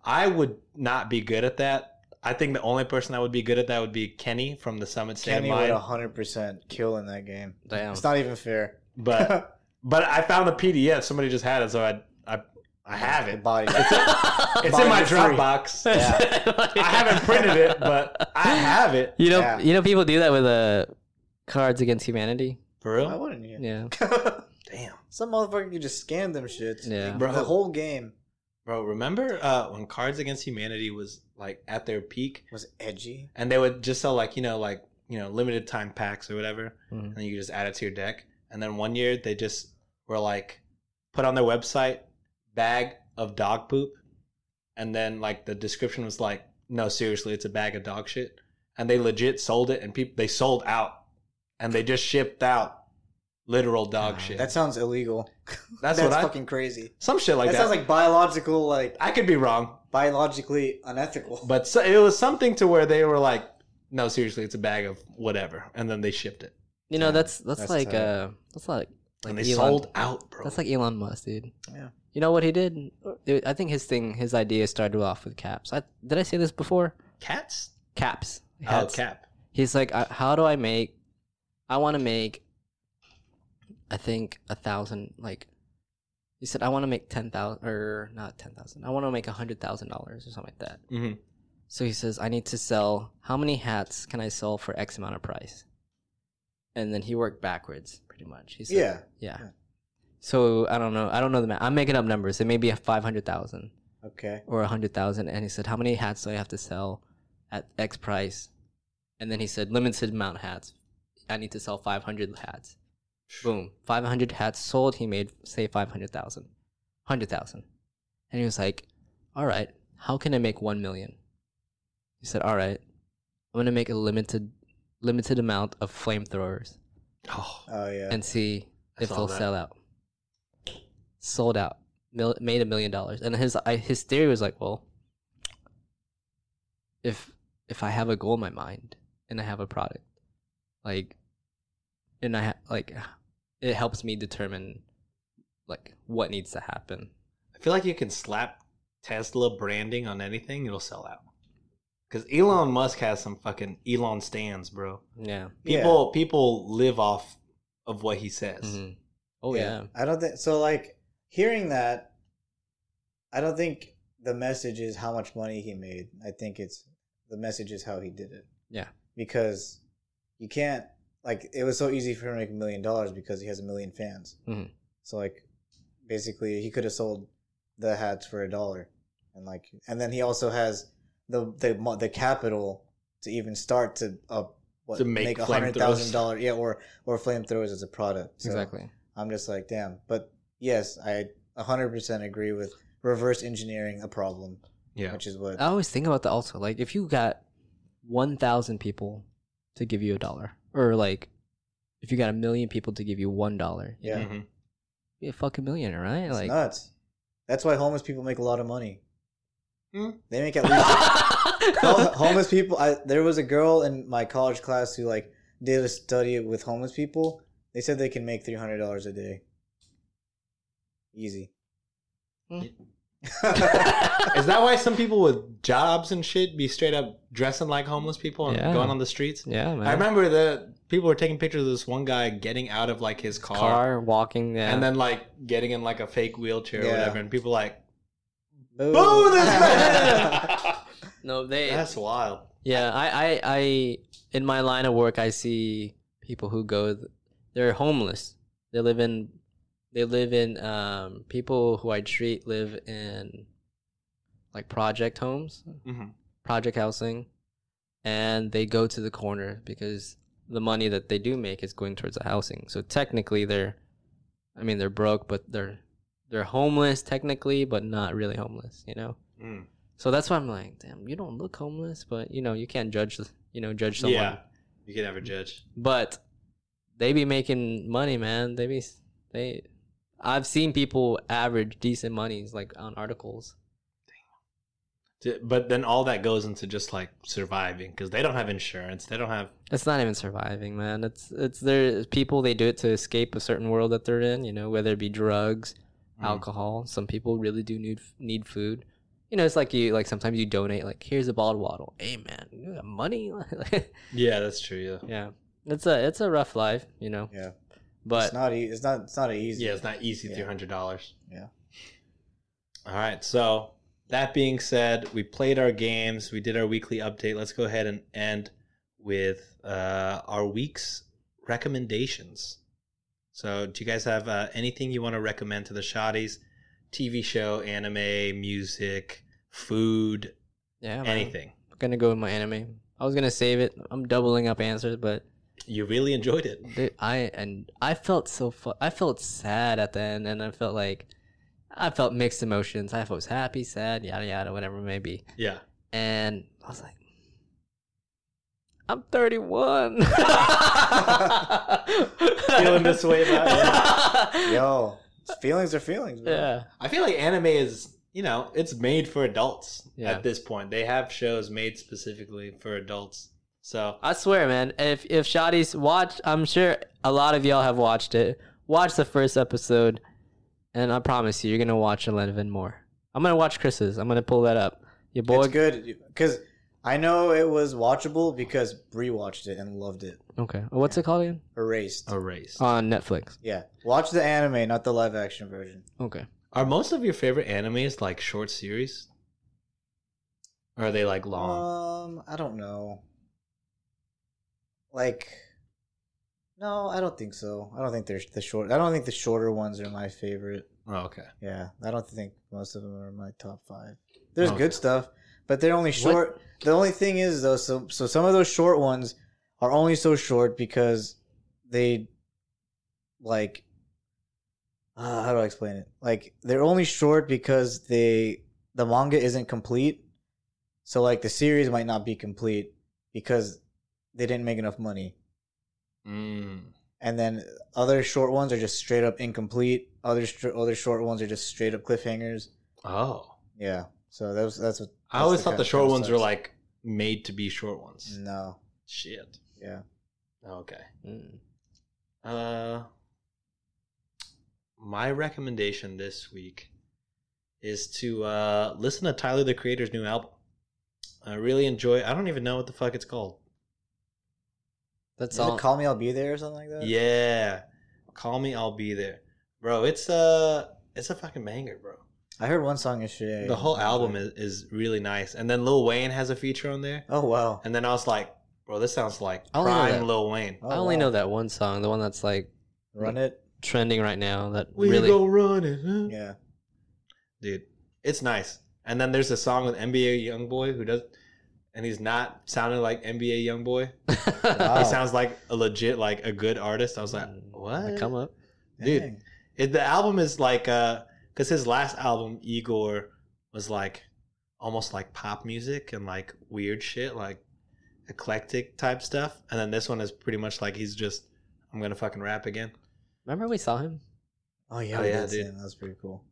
Speaker 3: I would not be good at that. I think the only person that would be good at that would be Kenny from the Summit State
Speaker 2: Kenny
Speaker 3: of
Speaker 2: would
Speaker 3: Mind.
Speaker 2: 100% kill in that game.
Speaker 4: Damn.
Speaker 2: It's not even fair.
Speaker 3: But but I found a PDF. Somebody just had it, so I I, I have
Speaker 2: The
Speaker 3: it.
Speaker 2: body.
Speaker 3: It's in my
Speaker 2: Mine is free.
Speaker 3: Dropbox. I haven't printed it, but I have it.
Speaker 4: You know,
Speaker 2: Yeah.
Speaker 4: you know, people do that with uh, Cards Against Humanity.
Speaker 3: For
Speaker 2: Why
Speaker 3: real?
Speaker 2: wouldn't you?
Speaker 4: Yeah,
Speaker 3: Damn.
Speaker 2: Some motherfucker could just scan them shits.
Speaker 4: yeah.
Speaker 3: Bro.
Speaker 2: The whole game
Speaker 3: Bro, remember uh, when Cards Against Humanity was like at their peak?
Speaker 2: was edgy.
Speaker 3: and they would just sell like you know like you know limited time packs or whatever
Speaker 4: Mhm.
Speaker 3: and then you just add it to your deck and then one year they just were like put on their website bag of dog poop and then like the description was like no seriously it's a bag of dog shit and they legit sold it and people they sold out and they just shipped out literal dog
Speaker 4: Ah,
Speaker 3: shit
Speaker 2: That
Speaker 3: that's,
Speaker 2: sounds illegal.
Speaker 3: that's,
Speaker 2: That's,
Speaker 3: what i
Speaker 2: fucking crazy.
Speaker 3: some shit like
Speaker 2: that,
Speaker 3: that,
Speaker 2: sounds like biological, like
Speaker 3: i could be wrong
Speaker 2: biologically unethical.
Speaker 3: but so, it was something to where they were like no seriously it's a bag of whatever and then they shipped it
Speaker 4: You
Speaker 2: Yeah,
Speaker 4: know, that's that's,
Speaker 2: that's
Speaker 4: like
Speaker 2: tight.
Speaker 4: uh, that's like like
Speaker 3: and they
Speaker 4: Elon.
Speaker 3: sold out, bro.
Speaker 4: That's like Elon Musk, dude.
Speaker 2: Yeah.
Speaker 4: You know what he did? It- I think his thing, his idea started off with caps. I did I say this before?
Speaker 3: cats.
Speaker 4: Caps.
Speaker 3: Oh,
Speaker 4: Hats.
Speaker 3: cap.
Speaker 4: He's like, I, how do I make? I want to make. I think a thousand. Like, he said, I want to make ten thousand or not ten thousand. I want to make a hundred thousand dollars or something like that.
Speaker 3: Mm-hmm.
Speaker 4: So he says, I need to sell how many hats can I sell for X amount of price? And then he worked backwards pretty much. He said,
Speaker 2: Yeah.
Speaker 4: Yeah.
Speaker 2: Yeah.
Speaker 4: So I don't know. I don't know the math. I'm making up numbers. It may be a 500,000
Speaker 2: Okay.
Speaker 4: or 100,000. And he said, How many hats do I have to sell at X price? And then he said, Limited amount hats. I need to sell 500 hats. Boom. 500 hats sold. He made, say, 500,000. 100,000. And he was like, All right, how can I make 1 million? He said, All right, I'm going to make a limited limited amount of flamethrowers
Speaker 3: Oh,
Speaker 2: Oh yeah.
Speaker 4: and see
Speaker 3: I
Speaker 4: if
Speaker 3: saw
Speaker 4: they'll
Speaker 3: that.
Speaker 4: sell out. Sold out, Mil- made a million dollars, and his I, his theory was like, well, if if I have a goal in my mind and I have a product, like, and I ha- like, it helps me determine like what needs to happen.
Speaker 3: I feel like you can slap Tesla branding on anything, it'll sell out. Because Elon Musk has some fucking Elon stands, bro.
Speaker 4: Yeah.
Speaker 2: Yeah.
Speaker 3: People people live off of what he says.
Speaker 4: Mhm. Oh yeah.
Speaker 2: I don't think so. Like hearing that, I don't think the message is how much money he made. I think it's the message is how he did it.
Speaker 4: Yeah.
Speaker 2: Because you can't like it was so easy for him to make a million dollars because he has a million fans.
Speaker 4: Mhm.
Speaker 2: So like, basically, he could have sold the hats for a dollar, and like, and then he also has the the mo- the capital to even start to uh, what,
Speaker 3: To make
Speaker 2: a hundred
Speaker 3: flamethrowers.
Speaker 2: thousand dollar yeah or or flamethrowers as a product So-
Speaker 4: Exactly.
Speaker 2: I'm just like, damn. But yes, I 100% agree with reverse engineering a problem,
Speaker 3: Yeah.
Speaker 2: which is what.
Speaker 4: I always think about that also. Like, if you got 1,000 people to give you a dollar, or like, if you got a million people to give you one dollar,
Speaker 2: yeah,
Speaker 3: Mhm.
Speaker 4: you'd be a fucking millionaire, right?
Speaker 2: it's
Speaker 4: Like,
Speaker 2: nuts. That's why homeless people make a lot of money.
Speaker 3: Hmm.
Speaker 2: They make at least Hom- homeless people. I, there was a girl in my college class who like did a study with homeless people. They said they can make three hundred dollars a day. Easy.
Speaker 4: Hmm.
Speaker 3: Is that why some people with jobs and shit be straight up dressing like homeless people and
Speaker 4: Yeah.
Speaker 3: going on the streets?
Speaker 4: yeah, man.
Speaker 3: I remember that people were taking pictures of this one guy getting out of like his car,
Speaker 4: car, walking, yeah.
Speaker 3: and then like getting in like a fake wheelchair or
Speaker 2: Yeah.
Speaker 3: whatever, and people like,
Speaker 2: Boo!
Speaker 3: "Boo this man!"
Speaker 4: no, they,
Speaker 3: That's wild.
Speaker 4: yeah, I, I, I, in my line of work, I see people who go, th- they're homeless. They live in, they live in, um, people who I treat live in, like, project homes.
Speaker 3: hmm
Speaker 4: project housing and they go to the corner because the money that they do make is going towards the housing. So technically they're I mean they're broke but they're they're homeless technically but not really homeless, you know.
Speaker 3: Mm.
Speaker 4: So that's why I'm like, damn, you don't look homeless, but you know, you can't judge you know, judge someone.
Speaker 3: Yeah, you can never judge.
Speaker 4: But they be making money, man. They be they I've seen people average decent monies like on articles.
Speaker 3: D- But then all that goes into just like surviving because they don't have insurance. They don't have.
Speaker 4: It's not even surviving, man. It's it's their people. They do it to escape a certain world that they're in. You know, whether it be drugs,
Speaker 3: Mm.
Speaker 4: alcohol. Some people really do need need food. You know, it's like you like sometimes you donate. Like here's a bottled waddle. Hey, man, you got money.
Speaker 3: Yeah, that's true. Yeah,
Speaker 4: yeah, it's a it's a rough life. You know,
Speaker 2: Yeah,
Speaker 4: but
Speaker 2: it's not. E- it's not. It's not easy.
Speaker 3: yeah, it's not easy.
Speaker 2: Yeah.
Speaker 3: Three hundred dollars.
Speaker 2: Yeah.
Speaker 3: All right. So that being said, we played our games. We did our weekly update. Let's go ahead and end with uh, our week's recommendations. So, do you guys have uh, anything you want to recommend to the shotties? TV show, anime, music, food,
Speaker 4: yeah, man.
Speaker 3: anything.
Speaker 4: I'm gonna go with my anime. I was gonna save it. I'm doubling up answers, but
Speaker 3: You really enjoyed it.
Speaker 4: Dude, I and I felt so fu- I felt sad at the end, and I felt like I felt mixed emotions. I was happy, sad, yada yada, whatever it may be.
Speaker 3: Yeah.
Speaker 4: And I was like, I'm 31.
Speaker 3: Feeling this way about it.
Speaker 2: Yo, feelings are feelings. Bro.
Speaker 4: Yeah,
Speaker 3: I feel like anime is, you know, it's made for adults
Speaker 4: Yeah.
Speaker 3: at this point. They have shows made specifically for adults. So,
Speaker 4: I swear, man. If if Shotties watch, I'm sure a lot of y'all have watched it. Watch the first episode, and I promise you, you're gonna watch 11 more. I'm gonna watch Chris's. I'm gonna pull that up. Your boy.
Speaker 2: it's good because I know it was watchable because Bree watched it and loved it.
Speaker 4: Okay. What's it called again?
Speaker 2: Erased.
Speaker 3: erase.
Speaker 4: On Netflix.
Speaker 2: Yeah, watch the anime, not the live action version.
Speaker 4: Okay.
Speaker 3: Are most of your favorite animes like short series? Or are they like long?
Speaker 2: Um, I don't know. Like, no, I don't think so. I don't think they're the short. I don't think the shorter ones are my favorite.
Speaker 3: oh, okay.
Speaker 2: Yeah, I don't think most of them are my top five. There's
Speaker 3: Okay.
Speaker 2: good stuff, but they're only short. The only thing is though, so so some of those short ones are only so short because they like uh, how do I explain it? Like they're only short because they the manga isn't complete, so like the series might not be complete because they didn't make enough money.
Speaker 3: Mm.
Speaker 2: And then other short ones are just straight up incomplete. Other str- other short ones are just straight up cliffhangers.
Speaker 3: Oh.
Speaker 2: Yeah. So that was that's what
Speaker 3: I
Speaker 2: That's
Speaker 3: always
Speaker 2: the
Speaker 3: thought
Speaker 2: kind
Speaker 3: the
Speaker 2: of
Speaker 3: short
Speaker 2: show
Speaker 3: ones were
Speaker 2: sucks.
Speaker 3: like made to be short ones.
Speaker 2: no.
Speaker 3: Shit.
Speaker 2: Yeah.
Speaker 3: Okay.
Speaker 4: Mm.
Speaker 3: Uh, my recommendation this week is to uh, listen to Tyler the Creator's new album. I really enjoy. I don't even know what the fuck it's called.
Speaker 4: That's
Speaker 2: Is
Speaker 4: all.
Speaker 2: it Call me, I'll be there or something like that.
Speaker 3: Yeah, call me, I'll be there, bro. It's a it's a fucking banger, bro.
Speaker 2: I heard one song yesterday.
Speaker 3: The whole album is, is really nice, and then Lil Wayne has a feature on there.
Speaker 2: Oh wow.
Speaker 3: And then I was like, bro, this sounds like
Speaker 4: I only know
Speaker 3: prime
Speaker 4: that.
Speaker 3: Lil Wayne.
Speaker 2: Oh,
Speaker 4: I only
Speaker 2: wow.
Speaker 4: know that one song, the one that's like
Speaker 2: Run it.
Speaker 4: trending right now. That
Speaker 3: We
Speaker 4: really.
Speaker 3: go running, huh?
Speaker 2: Yeah.
Speaker 3: dude. It's nice. And then there's a song with NBA YoungBoy who does, and he's not sounding like NBA YoungBoy.
Speaker 2: Wow.
Speaker 4: Oh.
Speaker 3: He sounds like a legit, like a good artist. I was like,
Speaker 4: I
Speaker 3: what?
Speaker 4: Mm. come up.
Speaker 3: Dude.
Speaker 2: Dang.
Speaker 3: It, the album is like, uh, because his last album, Igor, was like almost like pop music and like weird shit, like eclectic type stuff. And then this one is pretty much like he's just, I'm gonna fucking rap again.
Speaker 4: Remember we saw him?
Speaker 2: Oh yeah.
Speaker 3: Oh,
Speaker 2: we
Speaker 3: yeah,
Speaker 2: did see
Speaker 3: dude.
Speaker 2: him. That was pretty cool.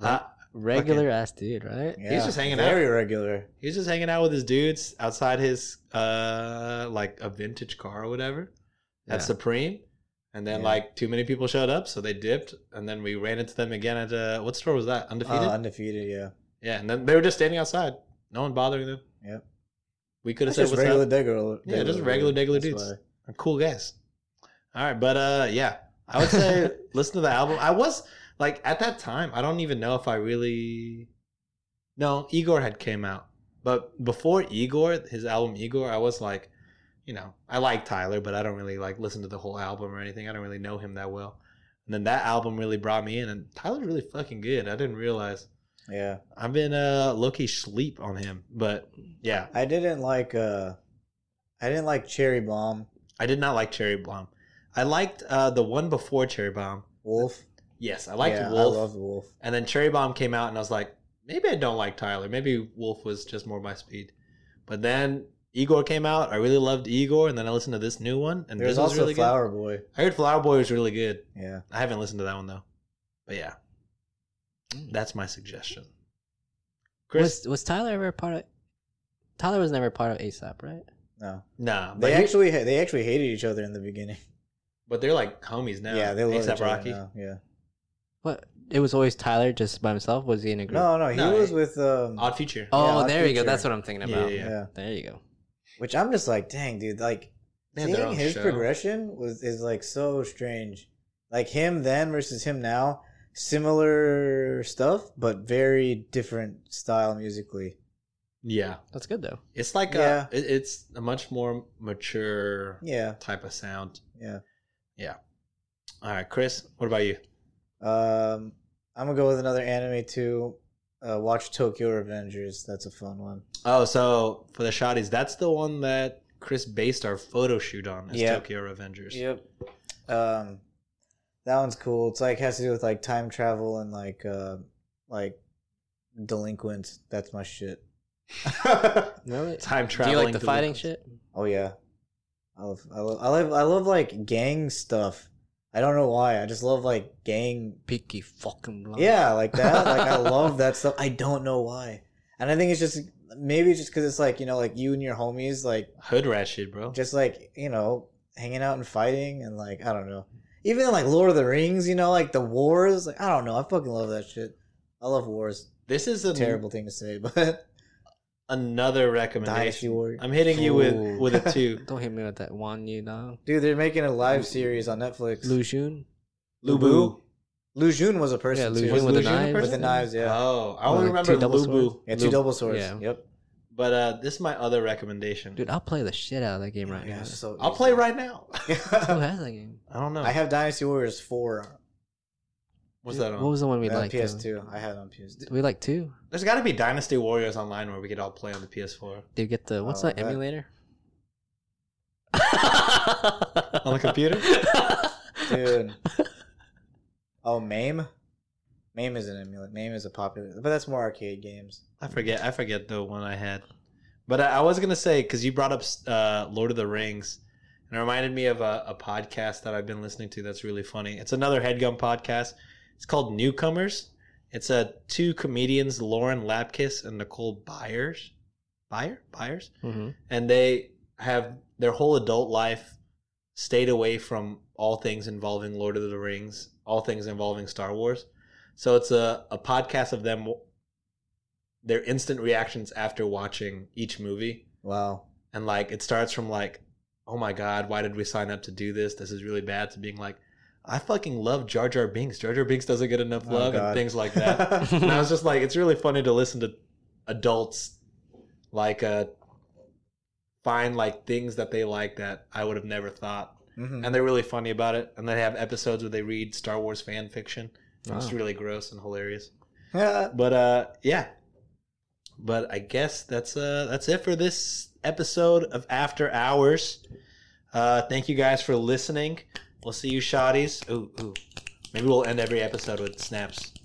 Speaker 3: Uh,
Speaker 4: Regular ass dude, right?
Speaker 2: Yeah.
Speaker 3: just hanging
Speaker 2: very
Speaker 3: out.
Speaker 2: Very regular.
Speaker 3: He was just hanging out with his dudes outside his uh like a vintage car or whatever at
Speaker 4: Yeah.
Speaker 3: Supreme. And then
Speaker 2: Yeah.
Speaker 3: like too many people showed up, so they dipped. And then we ran into them again at uh what store was that? Undefeated?
Speaker 2: Uh, undefeated. Yeah.
Speaker 3: yeah, and then they were just standing outside. No one bothering them.
Speaker 2: Yep.
Speaker 3: We could have
Speaker 2: That's
Speaker 3: said
Speaker 2: just
Speaker 3: what's
Speaker 2: regular
Speaker 3: up.
Speaker 2: degular.
Speaker 3: Yeah, just regular degular
Speaker 2: That's
Speaker 3: dudes.
Speaker 2: why.
Speaker 3: They're cool guys. All right, but uh yeah. I would say listen to the album. I was like at that time, I don't even know if I really No, Igor had came out. But before Igor, his album Igor, I was like, you know, I like Tyler, but I don't really like listen to the whole album or anything. I don't really know him that well. And then that album really brought me in and Tyler's really fucking good. I didn't realize.
Speaker 2: Yeah.
Speaker 3: I've been uh low key sleep on him, but yeah.
Speaker 2: I didn't like. uh I didn't like Cherry Bomb.
Speaker 3: I did not like Cherry Bomb. I liked uh the one before Cherry Bomb.
Speaker 2: Wolf.
Speaker 3: Yes, I liked
Speaker 2: yeah,
Speaker 3: Wolf.
Speaker 2: I love Wolf.
Speaker 3: and then Cherry Bomb came out, and I was like, maybe I don't like Tyler. Maybe Wolf was just more my speed. But then Igor came out. I really loved Igor, and then I listened to this new one, and
Speaker 2: There's
Speaker 3: this was
Speaker 2: also
Speaker 3: really
Speaker 2: Flower Boy.
Speaker 3: good. I heard Flower Boy was really good.
Speaker 2: Yeah.
Speaker 3: I haven't listened to that one though. But yeah,
Speaker 2: Mm.
Speaker 3: that's my suggestion. Chris,
Speaker 4: Was was Tyler ever a part of? Tyler was never a part of ASAP, right?
Speaker 2: No.
Speaker 3: nah, but,
Speaker 2: They
Speaker 3: he-
Speaker 2: actually ha- they actually hated each other in the beginning.
Speaker 3: but they're like homies now.
Speaker 2: yeah, they love
Speaker 3: ASAP
Speaker 2: each other
Speaker 3: Rocky.
Speaker 2: now, Yeah.
Speaker 4: What? It was always Tyler just by himself. Was he in a group?
Speaker 2: No, no, he
Speaker 3: No,
Speaker 2: was
Speaker 3: he-
Speaker 2: with um
Speaker 3: Odd Future.
Speaker 4: Oh,
Speaker 2: Yeah,
Speaker 4: there you go.
Speaker 2: Future.
Speaker 4: That's what I'm thinking
Speaker 3: Yeah,
Speaker 4: about.
Speaker 3: yeah, yeah.
Speaker 2: yeah.
Speaker 4: There you go.
Speaker 2: Which I'm just like, dang, dude, like
Speaker 3: They had their
Speaker 2: seeing
Speaker 3: own
Speaker 2: his
Speaker 3: show.
Speaker 2: progression was is like so strange. Like him then versus him now, similar stuff, but very different style musically.
Speaker 3: Yeah,
Speaker 4: That's good though.
Speaker 3: it's like
Speaker 2: Yeah.
Speaker 3: a, it- it's a much more mature
Speaker 2: Yeah,
Speaker 3: type of sound.
Speaker 2: yeah.
Speaker 3: All right, Chris, what about you?
Speaker 2: Um, I'm gonna go with another anime too. Uh, watch Tokyo Revengers. That's a fun one.
Speaker 3: Oh, so for the shotties, that's the one that Chris based our photo shoot on as
Speaker 2: Yeah.
Speaker 3: Tokyo Avengers.
Speaker 2: Yep. Um, that one's cool. It's like has to do with like time travel and like uh, like delinquents. That's my shit.
Speaker 4: Really?
Speaker 3: Time
Speaker 4: Do
Speaker 3: traveling.
Speaker 4: you like the
Speaker 3: delinquents.
Speaker 4: fighting shit?
Speaker 2: Oh yeah, I love I love I love, I love like gang stuff. I don't know why. I just love like gang.
Speaker 4: Peaky fucking blind.
Speaker 2: Yeah, like that. like I love that stuff. I don't know why. And I think it's just maybe it's just because it's like you know like you and your homies like
Speaker 3: Hood rat shit, bro.
Speaker 2: just like you know hanging out and fighting and like I don't know. Even like Lord of the Rings, you know, like the wars. Like I don't know. I fucking love that shit. I love wars.
Speaker 3: this is a,
Speaker 2: Terrible thing to say, but
Speaker 3: another
Speaker 2: Dynasty
Speaker 3: recommendation.
Speaker 2: Warrior.
Speaker 3: I'm hitting you with
Speaker 4: Ooh.
Speaker 3: with a two.
Speaker 4: Don't hit me with that one, you know.
Speaker 2: Dude, they're making a live series on Netflix. Lu,
Speaker 4: Lucian.
Speaker 3: Lubu.
Speaker 2: Jun was a person.
Speaker 4: Yeah,
Speaker 2: too.
Speaker 4: Lucian
Speaker 3: Was
Speaker 4: with the
Speaker 3: Lu Xun a
Speaker 4: knives.
Speaker 3: person?
Speaker 2: with the knives. Yeah,
Speaker 3: Oh, I
Speaker 4: Or
Speaker 3: only
Speaker 4: like
Speaker 3: remember
Speaker 4: two double
Speaker 3: Lubu.
Speaker 4: swords?
Speaker 2: yeah, two
Speaker 4: Lu-
Speaker 2: double swords.
Speaker 4: yeah.
Speaker 2: Yep.
Speaker 3: But uh, this is my other recommendation.
Speaker 4: Dude, I'll play the shit out of that game right
Speaker 2: Yeah,
Speaker 4: now.
Speaker 2: so
Speaker 3: I'll
Speaker 2: easy.
Speaker 3: play right now.
Speaker 4: Who has that game?
Speaker 3: I don't know.
Speaker 2: I have Dynasty Warriors four
Speaker 3: What's that on? Uh,
Speaker 4: What was the one we
Speaker 2: on
Speaker 4: liked?
Speaker 2: PS2. I had it on PS2.
Speaker 4: though? We like two.
Speaker 3: There's got to be Dynasty Warriors online where we could all play on the PS4
Speaker 4: Dude, get the what's
Speaker 2: Oh,
Speaker 4: that
Speaker 2: that-
Speaker 4: emulator?
Speaker 3: on the computer.
Speaker 2: Dude. oh, Mame. Mame is an emulator. Mame is a popular, but that's more arcade games.
Speaker 3: I forget. I forget the one I had, but I, I was gonna say because you brought up uh, Lord of the Rings, and it reminded me of a, a podcast that I've been listening to that's really funny. It's another Headgum podcast. It's called Newcomers. It's uh, two comedians, Lauren Lapkus and Nicole Byers, Byer Byers,
Speaker 4: hmm
Speaker 3: Mm-hmm. and they have their whole adult life stayed away from all things involving Lord of the Rings, all things involving Star Wars. So it's a, a podcast of them, w- their instant reactions after watching each movie.
Speaker 2: Wow.
Speaker 3: And like it starts from like, oh my God, why did we sign up to do this? This is really bad to being like, I fucking love Jar Jar Binks. Jar Jar Binks doesn't get enough
Speaker 2: Oh,
Speaker 3: love and
Speaker 2: God.
Speaker 3: things like that and I was just like, it's really funny to listen to adults like uh find like things that they like that I would have never thought.
Speaker 2: Mhm.
Speaker 3: And they're really funny about it. And they have episodes where they read Star Wars fan fiction.
Speaker 4: Wow.
Speaker 3: It's really gross and hilarious.
Speaker 2: Yeah.
Speaker 3: But uh yeah. But I guess that's uh that's it for this episode of After Hours. Uh thank you guys for listening. We'll see you shotties. Ooh, ooh. Maybe we'll end every episode with snaps.